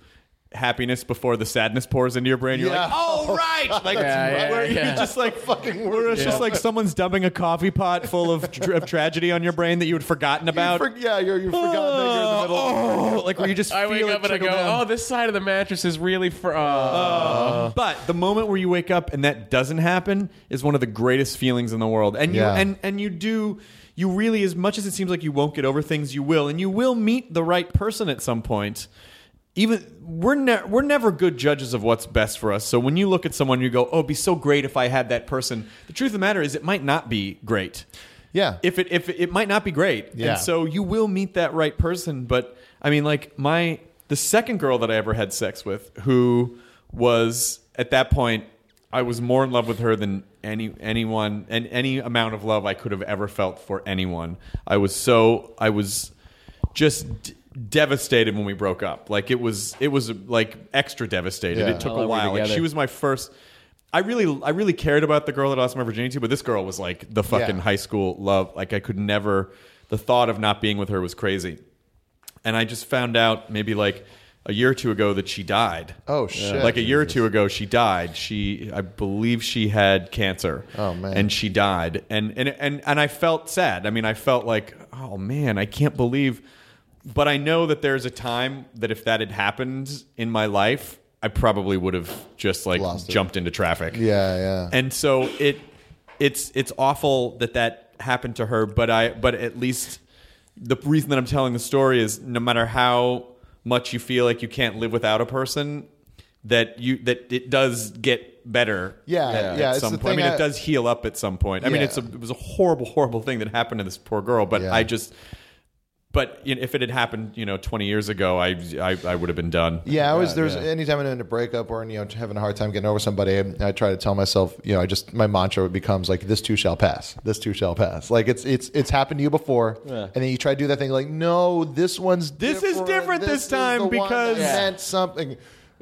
happiness before the sadness pours into your brain you're
Yeah.
like oh right like
Yeah,
where
yeah,
you're
yeah.
just like fucking where it's just like someone's dumping a coffee pot full of, tr- of tragedy on your brain that you had forgotten about
For- yeah, you're you forgotten that you're in the middle.
oh, like where you just
I
feel
wake
it
up and I go,
trickle down.
"Oh, this side of the mattress is really uh, for."
Uh, But the moment where you wake up and that doesn't happen is one of the greatest feelings in the world. And you
Yeah.
and and you do you really as much as it seems like you won't get over things, you will, and you will meet the right person at some point. Even we're ne- we're never good judges of what's best for us. So when you look at someone, you go, "Oh, it'd be so great if I had that person." The truth of the matter is, it might not be great.
Yeah.
If it if it, it might not be great,
Yeah.
and so you will meet that right person. But I mean, like my the second girl that I ever had sex with, who was at that point, I was more in love with her than any anyone and any amount of love I could have ever felt for anyone. I was so I was just d- devastated when we broke up. Like it was it was like extra devastated.
Yeah.
It took
How
a
long were you
while. Like
together?
she was my first. I really, I really cared about the girl that I lost my virginity to, but this girl was like the fucking
Yeah.
high school love. Like I could never. The thought of not being with her was crazy, and I just found out maybe like a year or two ago that she died.
Oh, shit.
Like a year or two ago, she died. She, I believe, she had cancer.
Oh, man.
And she died, and and and and I felt sad. I mean, I felt like, oh man, I can't believe. But I know that there's a time that if that had happened in my life, I probably would have just like
Lost it.
jumped into traffic.
yeah, yeah.
And so it, it's it's awful that that happened to her. But I, but at least the reason that I'm telling the story is no matter how much you feel like you can't live without a person, that you that it does get better.
Yeah,
at
yeah, it's
some
the
point. I
thing
mean,
I-
it does heal up at some point. I mean,
Yeah.
it's a, it was a horrible, horrible thing that happened to this poor girl. But
Yeah.
I just. But you know, if it had happened, you know, 20 years ago, I I, I would have been done.
Yeah, I was there's anytime I'm in a breakup or you know having a hard time getting over somebody, I try to tell myself, you know, I just my mantra becomes like this too shall pass. This too shall pass. Like it's it's it's happened to you before, and then you try to do that thing like, no, this one's
This is different this
is
time
the one that
because- Yeah.
meant something.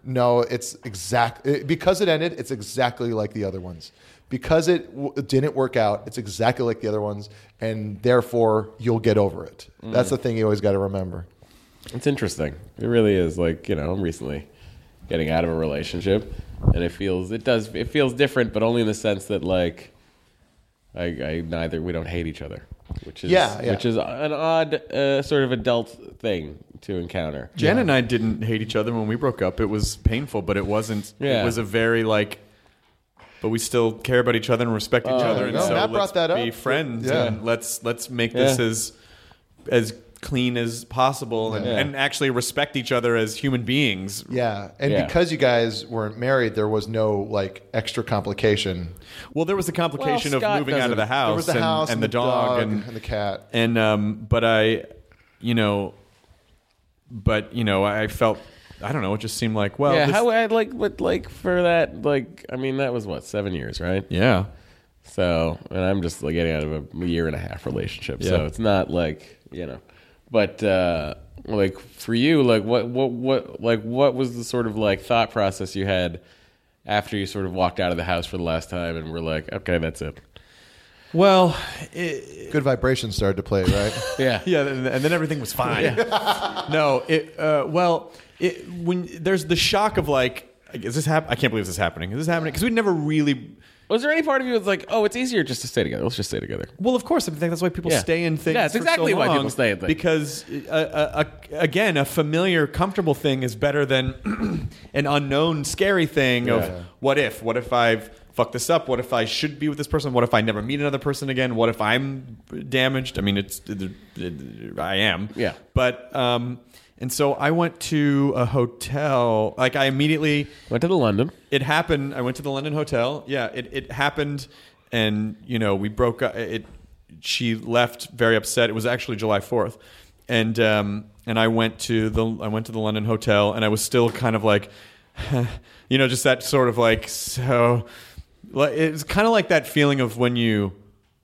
No, it's exact it- because it ended. It's exactly like the other ones. Because it w- didn't work out, it's exactly like the other ones, and therefore you'll get over it. That's
Mm.
the thing you always got to remember.
It's interesting. It really is. Like you know, I'm recently getting out of a relationship, and it feels it does it feels different, but only in the sense that like I, I neither we don't hate each other, which is
Yeah, yeah.
which is an odd uh, sort of adult thing to encounter.
Jen and I didn't hate each other when we broke up. It was painful, but it wasn't.
Yeah.
It was a very like, but we still care about each other and respect each other, and
no,
so let's
Matt brought that
be
up.
friends
Yeah.
and let's let's make this
Yeah.
as as clean as possible and,
Yeah.
and actually respect each other as human beings.
Yeah, and
Yeah.
because you guys weren't married, there was no like extra complication.
Well, there was the complication of
Scott
moving out of
doesn't-
the house,
There was the
and,
house
and, the dog, and,
the cat.
and um, but I, you know, but you know, I felt I don't know. It just seemed like well,
yeah,
this-
how I like what like for that like I mean that was what seven years, right?
yeah.
So, and I'm just like getting out of a year and a half relationship. So
Yeah.
it's not like you know, but uh, like for you, like what what what like what was the sort of like thought process you had after you sort of walked out of the house for the last time and were like, okay, that's it.
Well,
Good vibrations started to play, right?
Yeah.
yeah, and, and then everything was fine. no, it uh, well, it when there's the shock of like, is this hap- I can't believe this is happening. Is this happening? Because we never really.
Was there any part of you that's like, oh, it's easier just to stay together? Let's just stay together.
Well, of course, I think that's why people
Yeah.
stay in things.
Yeah, it's
for so
exactly why people
long,
stay in things.
because uh, uh, uh, again, a familiar, comfortable thing is better than an unknown, scary thing
Yeah.
of what if? What if I've fucked this up? What if I should be with this person? What if I never meet another person again? What if I'm damaged? I mean, it's it, it- I am.
Yeah.
But um, and so I went to a hotel. Like I immediately
Went to the London.
it happened. I went to the London hotel. Yeah, it, it happened, and you know we broke up. It she left very upset. It was actually July fourth, and um, and I went to the I went to the London hotel, and I was still kind of like, you know, just that sort of like so. Like, it's kind of like that feeling of when you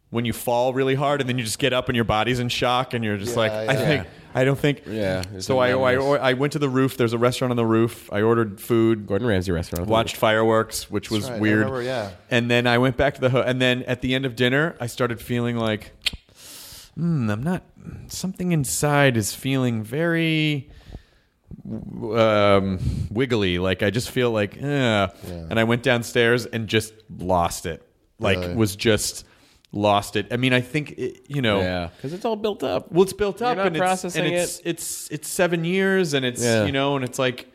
when you fall really hard, and then you just get up, and your body's in shock, and you're just like, I
yeah.
think I don't think.
Yeah, it's
So I, I
anonymous.
I went to the roof. There's a restaurant on the roof. I ordered food
Gordon Ramsay restaurant.
watched fireworks, which was
right, I
weird.
remember, yeah.
And then I went back to the ho- and then at the end of dinner, I started feeling like, hmm, I'm not. Something inside is feeling very um, wiggly. Like I just feel like, eh. and I went downstairs and just lost it. Like
Really?
was just lost it. I mean, I think it, you know.
Yeah, because it's all built up.
Well, it's built
You're
up
not
and,
processing
it's, and it's,
it.
it's it's seven years and it's
Yeah.
you know and it's like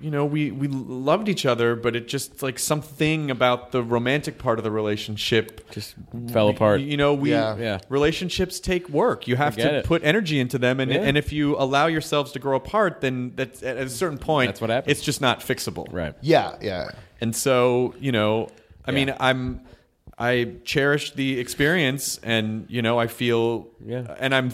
you know we we loved each other but it just like something about the romantic part of the relationship
just fell apart.
you know we
Yeah.
Yeah.
relationships take work you have
Forget
to
it.
put energy into them and
Yeah.
and if you allow yourselves to grow apart then that's at a certain point
That's what happens.
it's just not fixable
right.
yeah, yeah.
and so, you know, I mean, I'm I cherish the experience and, you know, I feel
Yeah.
and I'm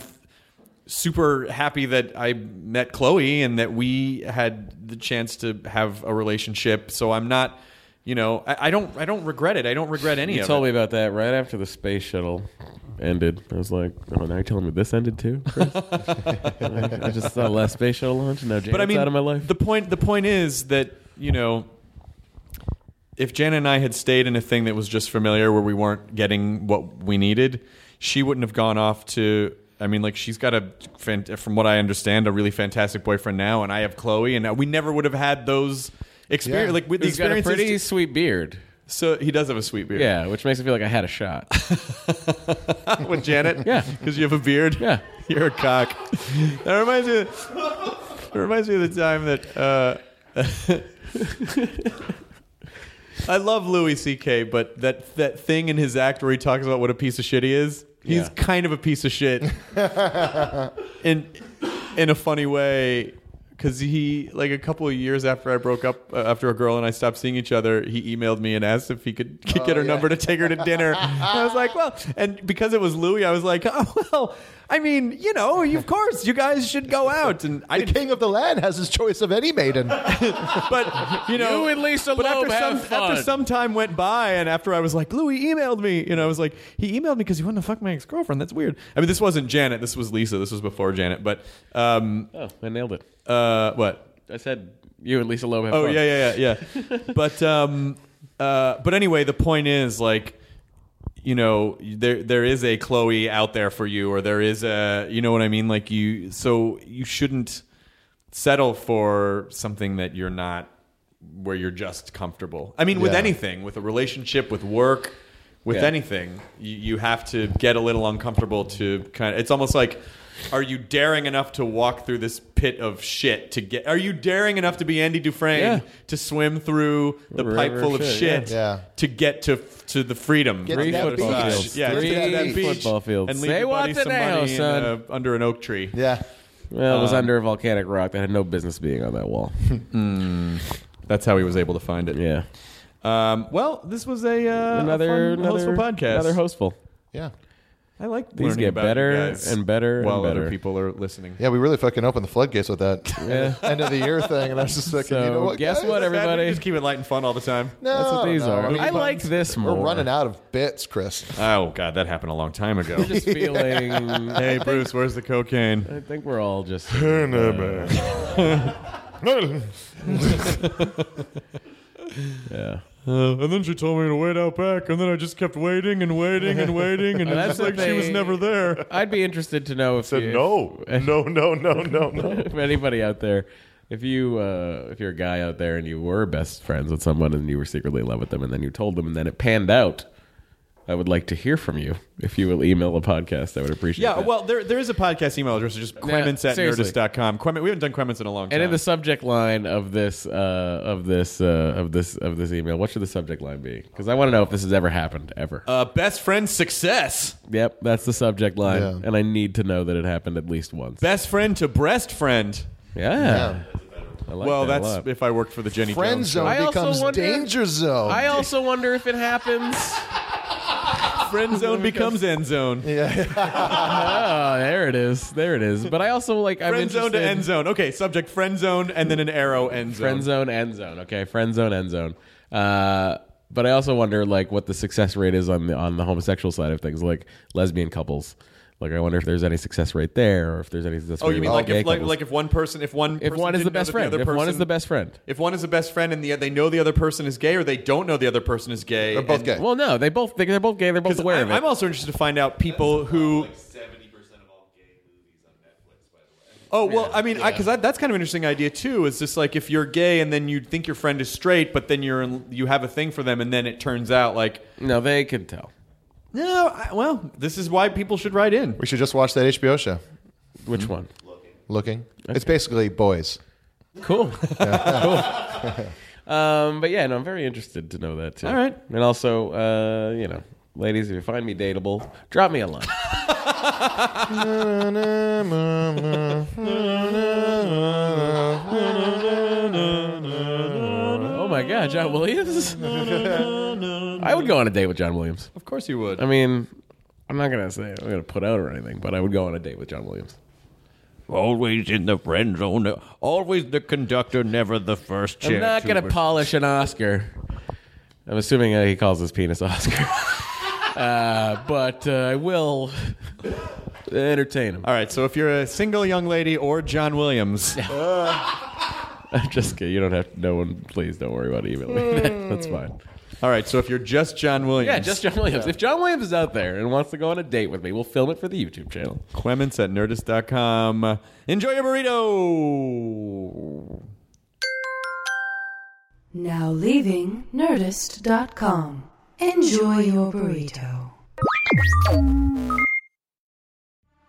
super happy that I met Chloe and that we had the chance to have a relationship. So I'm not, you know, I, I don't I don't regret it. I don't regret any
You
of
told
it.
me about that right after the space shuttle ended. I was like, oh, now you're telling me this ended too? Chris? I just saw the last space shuttle launch and now Janet's
but I mean,
out of my life.
the point the point is that, you know, if Jana and I had stayed in a thing that was just familiar where we weren't getting what we needed, she wouldn't have gone off to. I mean, like she's got a, fan- from what I understand, a really fantastic boyfriend now, and I have Chloe, and we never would have had those experience.
Yeah.
Like with the
He's got a
experiences.
pretty sweet beard.
so he does have a sweet beard.
Yeah, which makes me feel like I had a shot.
with Janet.
Yeah.
because you have a beard.
Yeah.
you're a cock. That reminds me. It reminds me of the time that. Uh, I love Louis C.K., but that that thing in his act where he talks about what a piece of shit he is, he's
Yeah.
kind of a piece of shit, in in a funny way. Because he, like a couple of years after I broke up, uh, after a girl and I stopped seeing each other, he emailed me and asked if he could get her number to take her to dinner. and I was like, well, and because it was Louis, I was like, oh, well, I mean, you know, of course, you guys should go out. And I
The
didn't
king of the land has his choice of any maiden.
but you know,
You and Lisa
but
Loeb
after some,
have fun.
after some time went by, and after I was like, Louis emailed me, you know, I was like, he emailed me because he wanted to fuck my ex girlfriend. That's weird. I mean, this wasn't Janet. This was Lisa. This was before Janet. But um,
oh, I nailed it.
uh, what?
I said you and Lisa Loeb have
Oh
fun.
yeah, yeah, yeah, yeah. but um, uh, but anyway, the point is like. You know, there there is a Chloe out there for you, or there is a, you know what I mean. Like you, so you shouldn't settle for something that you're not where you're just comfortable. I mean, with
Yeah.
anything, with a relationship, with work, with
Yeah.
anything, you, you have to get a little uncomfortable to kind of. It's almost like, are you daring enough to walk through this pit of shit to get? Are you daring enough to be Andy Dufresne
Yeah.
to swim through the
River
pipe full of
shit,
shit
yeah. Yeah.
to get to to the freedom?
Get
from
to
the
that
other
beach.
side? Yeah,
Three
get to that beach
football fields.
and leave
Say
your
what
buddy
to
some
now,
money in,
son.
uh, under an oak tree.
yeah.
Well,
Uh,
it was under a volcanic rock that had no business being on that wall.
That's how he was able to find it.
yeah.
Um, well, this was a uh,
Another,
a fun,
another
hostful podcast.
Another hostful.
Yeah.
I like
These
learning
get
about
better
you guys
and better and
while other
better.
people are listening.
Yeah, we really fucking opened the floodgates with that
Yeah.
end of the year thing. And I was just like,
So,
you know what?
guess
guys?
what, everybody?
Sad, we Just keep it light and fun all the time.
No,
That's what these
no,
are. I,
mean,
like this
We're
more.
running out of bits, Chris.
Oh God, that happened a long time ago.
Just feeling.
hey Bruce, where's the cocaine?
I think we're all just. Eh.
That's
Yeah.
Uh, and then she told me to wait out back, and then I just kept waiting and waiting and waiting, and
That's
it's like
the
she was
thing.
never there.
I'd be interested to know if
Said
you-
no, no, no, no, no, no.
if anybody out there, if you uh, if you're a guy out there and you were best friends with someone and you were secretly in love with them and then you told them and then it panned out, I would like to hear from you. If you will email a podcast, I would appreciate.
Yeah,
that.
well, there there is a podcast email address, it's just quements at
seriously.
nerdist.com. Quemmin, we haven't done quements in a long time.
And in the subject line of this, uh, of this, uh, of this, of this email, what should the subject line be? Because I want to know if this has ever happened ever.
uh, best friend success,
yep, that's the subject line,
Yeah.
and I need to know that it happened at least once.
best friend to breast friend.
yeah. I like
Well,
that a
that's
lot.
if I worked for the Jenny
Friend
Jones
zone
I also
becomes
wonder-
danger zone.
I also wonder if it happens.
show. Friend zone becomes end zone.
oh, there it is. There it is. But I also like I'm
Friend zone to
interested-
end zone. Okay, subject friend zone, and then an arrow end zone.
friend zone end zone okay friend zone end zone uh, but i also wonder like what the success rate is on the on the homosexual side of things like lesbian couples like i wonder if there's any success rate there or if there's any success
Oh,
rate
you mean
with
like
gay
if like,
couples.
like if one person if one
if
person
one is
didn't
the
know
best
that
friend
other
if one
person-
is the best friend
if one is the best friend and the they know the other person is gay or they don't know the other person is gay
They're both
and-
gay.
well no they both they, they're both gay they're both
'Cause
aware
I'm,
of it
I'm also interested to find out people who. Oh well, I mean, because that's kind of an interesting idea too. Is just like if you're gay and then you think your friend is straight, but then you're in, you have a thing for them, and then it turns out like
no they can tell
no, I, well, this is why people should write in.
we should just watch that HBO show.
which one
Looking, it's basically boys.
cool cool um, but yeah no i'm very interested to know that too
All right.
and also uh, you know ladies if you find me dateable drop me a line Oh my God, John Williams! I would go on a date with John Williams.
Of course you would.
I mean, I'm not gonna say I'm gonna put out or anything, but I would go on a date with John Williams.
Always in the friend zone. Always the conductor, never the first chair.
I'm not gonna
tuber.
polish an Oscar. I'm assuming uh, he calls his penis Oscar, uh, but uh, I will entertain him.
All right, so if you're a single young lady or John Williams,
I'm just kidding. You don't have to. No one, please don't worry about emailing. me. That's fine.
Hmm. all right, so if you're just John Williams,
Yeah, just John Williams. If John Williams is out there and wants to go on a date with me, we'll film it for the YouTube channel.
Clements at nerdist.com. Enjoy your burrito.
Now leaving Nerdist.com. Enjoy your burrito.